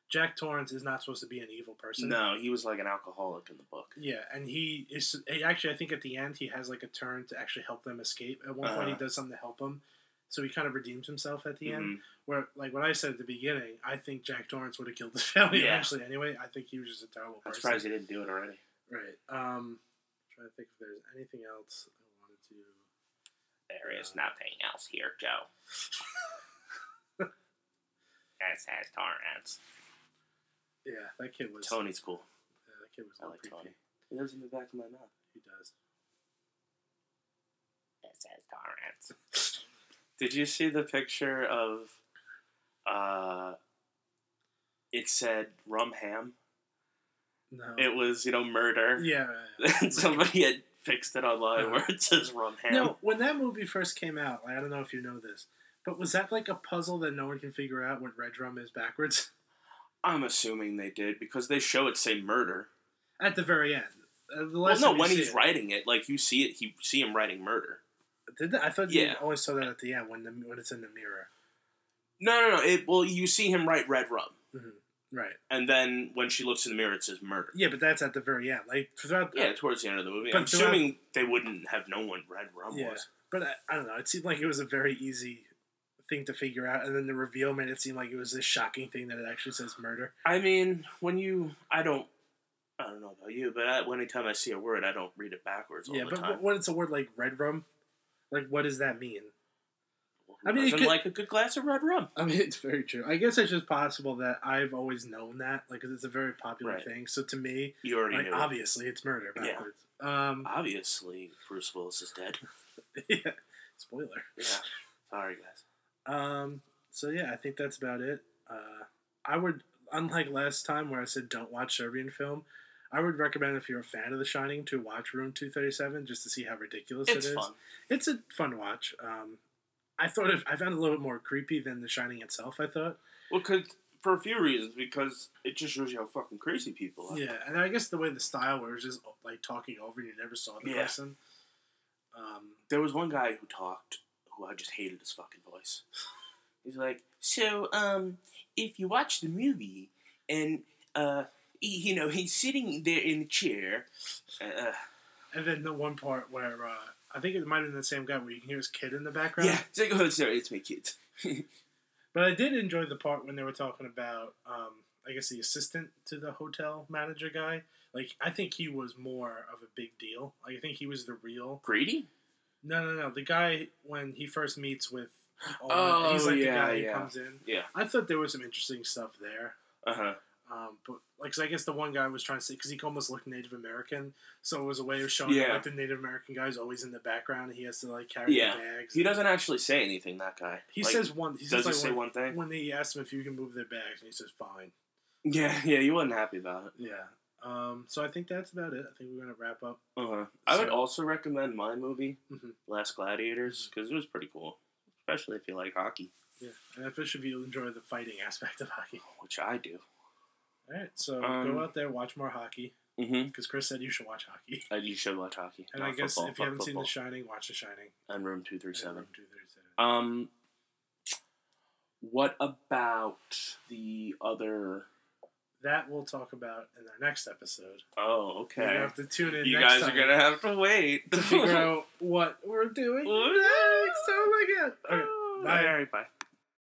[SPEAKER 4] Jack Torrance is not supposed to be an evil person.
[SPEAKER 5] no, he was like an alcoholic in the book.
[SPEAKER 4] Yeah, and he is he actually. I think at the end he has like a turn to actually help them escape. At one point he
[SPEAKER 5] Uh-huh.
[SPEAKER 4] does something to help them, so he kind of redeems himself at the end.
[SPEAKER 5] Mhm.
[SPEAKER 4] Where like what I said at the beginning, I think Jack Torrance would have killed the family
[SPEAKER 5] Yeah.
[SPEAKER 4] eventually. Anyway, I think he was just a terrible
[SPEAKER 5] I'm
[SPEAKER 4] person.
[SPEAKER 5] surprised he didn't do it already.
[SPEAKER 4] Right. Um, trying to think if there's anything else I wanted to.
[SPEAKER 5] There is nothing else here, Joe. That's has Torrance.
[SPEAKER 4] Yeah, that kid was.
[SPEAKER 5] Tony's cool.
[SPEAKER 4] Yeah, that kid was.
[SPEAKER 5] I
[SPEAKER 4] all
[SPEAKER 5] like
[SPEAKER 4] creepy.
[SPEAKER 5] Tony. He lives in the back of my mouth.
[SPEAKER 4] He does.
[SPEAKER 5] Did you see the picture of? Uh, it said rum ham.
[SPEAKER 4] No.
[SPEAKER 5] It was you know murder.
[SPEAKER 4] yeah. yeah, yeah.
[SPEAKER 5] And somebody had fixed it online
[SPEAKER 4] Uh-huh.
[SPEAKER 5] where it says rum ham.
[SPEAKER 4] No, when that movie first came out, like, I don't know if you know this, but was that like a puzzle that no one can figure out what red rum is backwards
[SPEAKER 5] I'm assuming they did because they show it say murder.
[SPEAKER 4] at the very end? Uh, the
[SPEAKER 5] Well,
[SPEAKER 4] last
[SPEAKER 5] no,
[SPEAKER 4] time you
[SPEAKER 5] when
[SPEAKER 4] see
[SPEAKER 5] he's
[SPEAKER 4] it.
[SPEAKER 5] writing it, like you see it, you see him writing murder.
[SPEAKER 4] Did that? I thought you
[SPEAKER 5] Yeah.
[SPEAKER 4] always saw that at the end when the when it's in the mirror,
[SPEAKER 5] No, no, no. It well, you see him write red rum,
[SPEAKER 4] Mm-hmm. right?
[SPEAKER 5] and then when she looks in the mirror, it says murder.
[SPEAKER 4] Yeah, but that's at the very end, like throughout.
[SPEAKER 5] Yeah, towards the end of the movie.
[SPEAKER 4] But
[SPEAKER 5] I'm assuming they wouldn't have known what red rum
[SPEAKER 4] Yeah.
[SPEAKER 5] was.
[SPEAKER 4] But I, I don't know. It seemed like it was a very easy thing to figure out, and then the reveal made it seem like it was this shocking thing that it actually says murder.
[SPEAKER 5] I mean, when you, I don't, I don't know about you, but I, anytime I see a word, I don't read it backwards all
[SPEAKER 4] yeah,
[SPEAKER 5] the
[SPEAKER 4] but
[SPEAKER 5] time.
[SPEAKER 4] wh- when it's a word like red rum, like what does that mean?
[SPEAKER 5] I
[SPEAKER 4] I mean,
[SPEAKER 5] mean,
[SPEAKER 4] it could-
[SPEAKER 5] like a good glass of red rum.
[SPEAKER 4] I mean, it's very true. I guess it's just possible that I've always known that, like, 'cause it's a very popular
[SPEAKER 5] Right.
[SPEAKER 4] thing. So to me,
[SPEAKER 5] You already
[SPEAKER 4] like,
[SPEAKER 5] knew. it.
[SPEAKER 4] obviously, it's murder
[SPEAKER 5] Yeah.
[SPEAKER 4] backwards. Um,
[SPEAKER 5] Obviously, Bruce Willis is dead.
[SPEAKER 4] yeah. Spoiler.
[SPEAKER 5] Yeah. Sorry, guys.
[SPEAKER 4] Um, so yeah, I think that's about it. Uh, I would, unlike last time where I said don't watch Serbian film, I would recommend if you're a fan of The Shining to watch Room 237 just to see how ridiculous
[SPEAKER 5] It's
[SPEAKER 4] it is.
[SPEAKER 5] fun.
[SPEAKER 4] It's a fun watch. Um, I thought it, I found it a little bit more creepy than The Shining itself. I thought.
[SPEAKER 5] Well, cause, for a few reasons, because it just shows you how fucking crazy people are.
[SPEAKER 4] Yeah, and I guess the way the style where it was just like talking over and you never saw the
[SPEAKER 5] Yeah.
[SPEAKER 4] person. Um,
[SPEAKER 5] There was one guy who talked who I just hated his fucking voice. He's like, so um, if you watch the movie and uh, he, you know, he's sitting there in the chair. Uh,
[SPEAKER 4] And then the one part where uh, I think it might have been the same guy where you can hear his kid in the background.
[SPEAKER 5] yeah, it's like, oh, sorry, it's my kids.
[SPEAKER 4] But I did enjoy the part when they were talking about, um, I guess, the assistant to the hotel manager guy. Like, I think he was more of a big deal. Like, I think he was the real.
[SPEAKER 5] Grady?
[SPEAKER 4] No, no, no. The guy when he first meets with. all
[SPEAKER 5] Oh,
[SPEAKER 4] the, he's like
[SPEAKER 5] yeah,
[SPEAKER 4] the guy who
[SPEAKER 5] yeah.
[SPEAKER 4] comes in.
[SPEAKER 5] Yeah.
[SPEAKER 4] I thought there was some interesting stuff there.
[SPEAKER 5] Uh huh.
[SPEAKER 4] Um, but like, 'cause I guess the one guy was trying to say because he almost looked Native American, so it was a way of showing that,
[SPEAKER 5] Yeah.
[SPEAKER 4] like the Native American guy's always in the background and he has to like carry
[SPEAKER 5] Yeah.
[SPEAKER 4] the bags.
[SPEAKER 5] He doesn't actually say anything. That guy.
[SPEAKER 4] He
[SPEAKER 5] Like,
[SPEAKER 4] says one. He says
[SPEAKER 5] does he
[SPEAKER 4] like
[SPEAKER 5] say
[SPEAKER 4] one,
[SPEAKER 5] one thing?
[SPEAKER 4] when they asked him if you can move their bags, and he says fine.
[SPEAKER 5] Yeah, yeah. He wasn't happy about it.
[SPEAKER 4] Yeah. Um, so I think that's about it. I think we're gonna wrap up.
[SPEAKER 5] Uh huh. I would
[SPEAKER 4] So-
[SPEAKER 5] also recommend my movie,
[SPEAKER 4] Mhm.
[SPEAKER 5] Last Gladiators,
[SPEAKER 4] Mm-hmm.
[SPEAKER 5] because it was pretty cool, especially if you like hockey,
[SPEAKER 4] Yeah, and I wish if you enjoy the fighting aspect of hockey.
[SPEAKER 5] which I do.
[SPEAKER 4] All right, so
[SPEAKER 5] Um,
[SPEAKER 4] go out there, watch more hockey
[SPEAKER 5] Mm-hmm.
[SPEAKER 4] because Chris said you should watch hockey.
[SPEAKER 5] And you should watch hockey.
[SPEAKER 4] And
[SPEAKER 5] not
[SPEAKER 4] I guess if
[SPEAKER 5] football,
[SPEAKER 4] you
[SPEAKER 5] fuck
[SPEAKER 4] haven't seen
[SPEAKER 5] football.
[SPEAKER 4] The Shining, watch The Shining.
[SPEAKER 5] and Room Two Three
[SPEAKER 4] And
[SPEAKER 5] Seven.
[SPEAKER 4] Room 237.
[SPEAKER 5] Um, what about the other?
[SPEAKER 4] That we'll talk about in our next episode.
[SPEAKER 5] Oh,
[SPEAKER 4] You're gonna
[SPEAKER 5] okay.
[SPEAKER 4] have to tune in.
[SPEAKER 5] You
[SPEAKER 4] next
[SPEAKER 5] guys
[SPEAKER 4] time
[SPEAKER 5] are gonna have to wait
[SPEAKER 4] to figure out what we're doing.
[SPEAKER 5] Ooh.
[SPEAKER 4] next. Oh my god. Okay,
[SPEAKER 5] All
[SPEAKER 4] bye.
[SPEAKER 5] right, bye.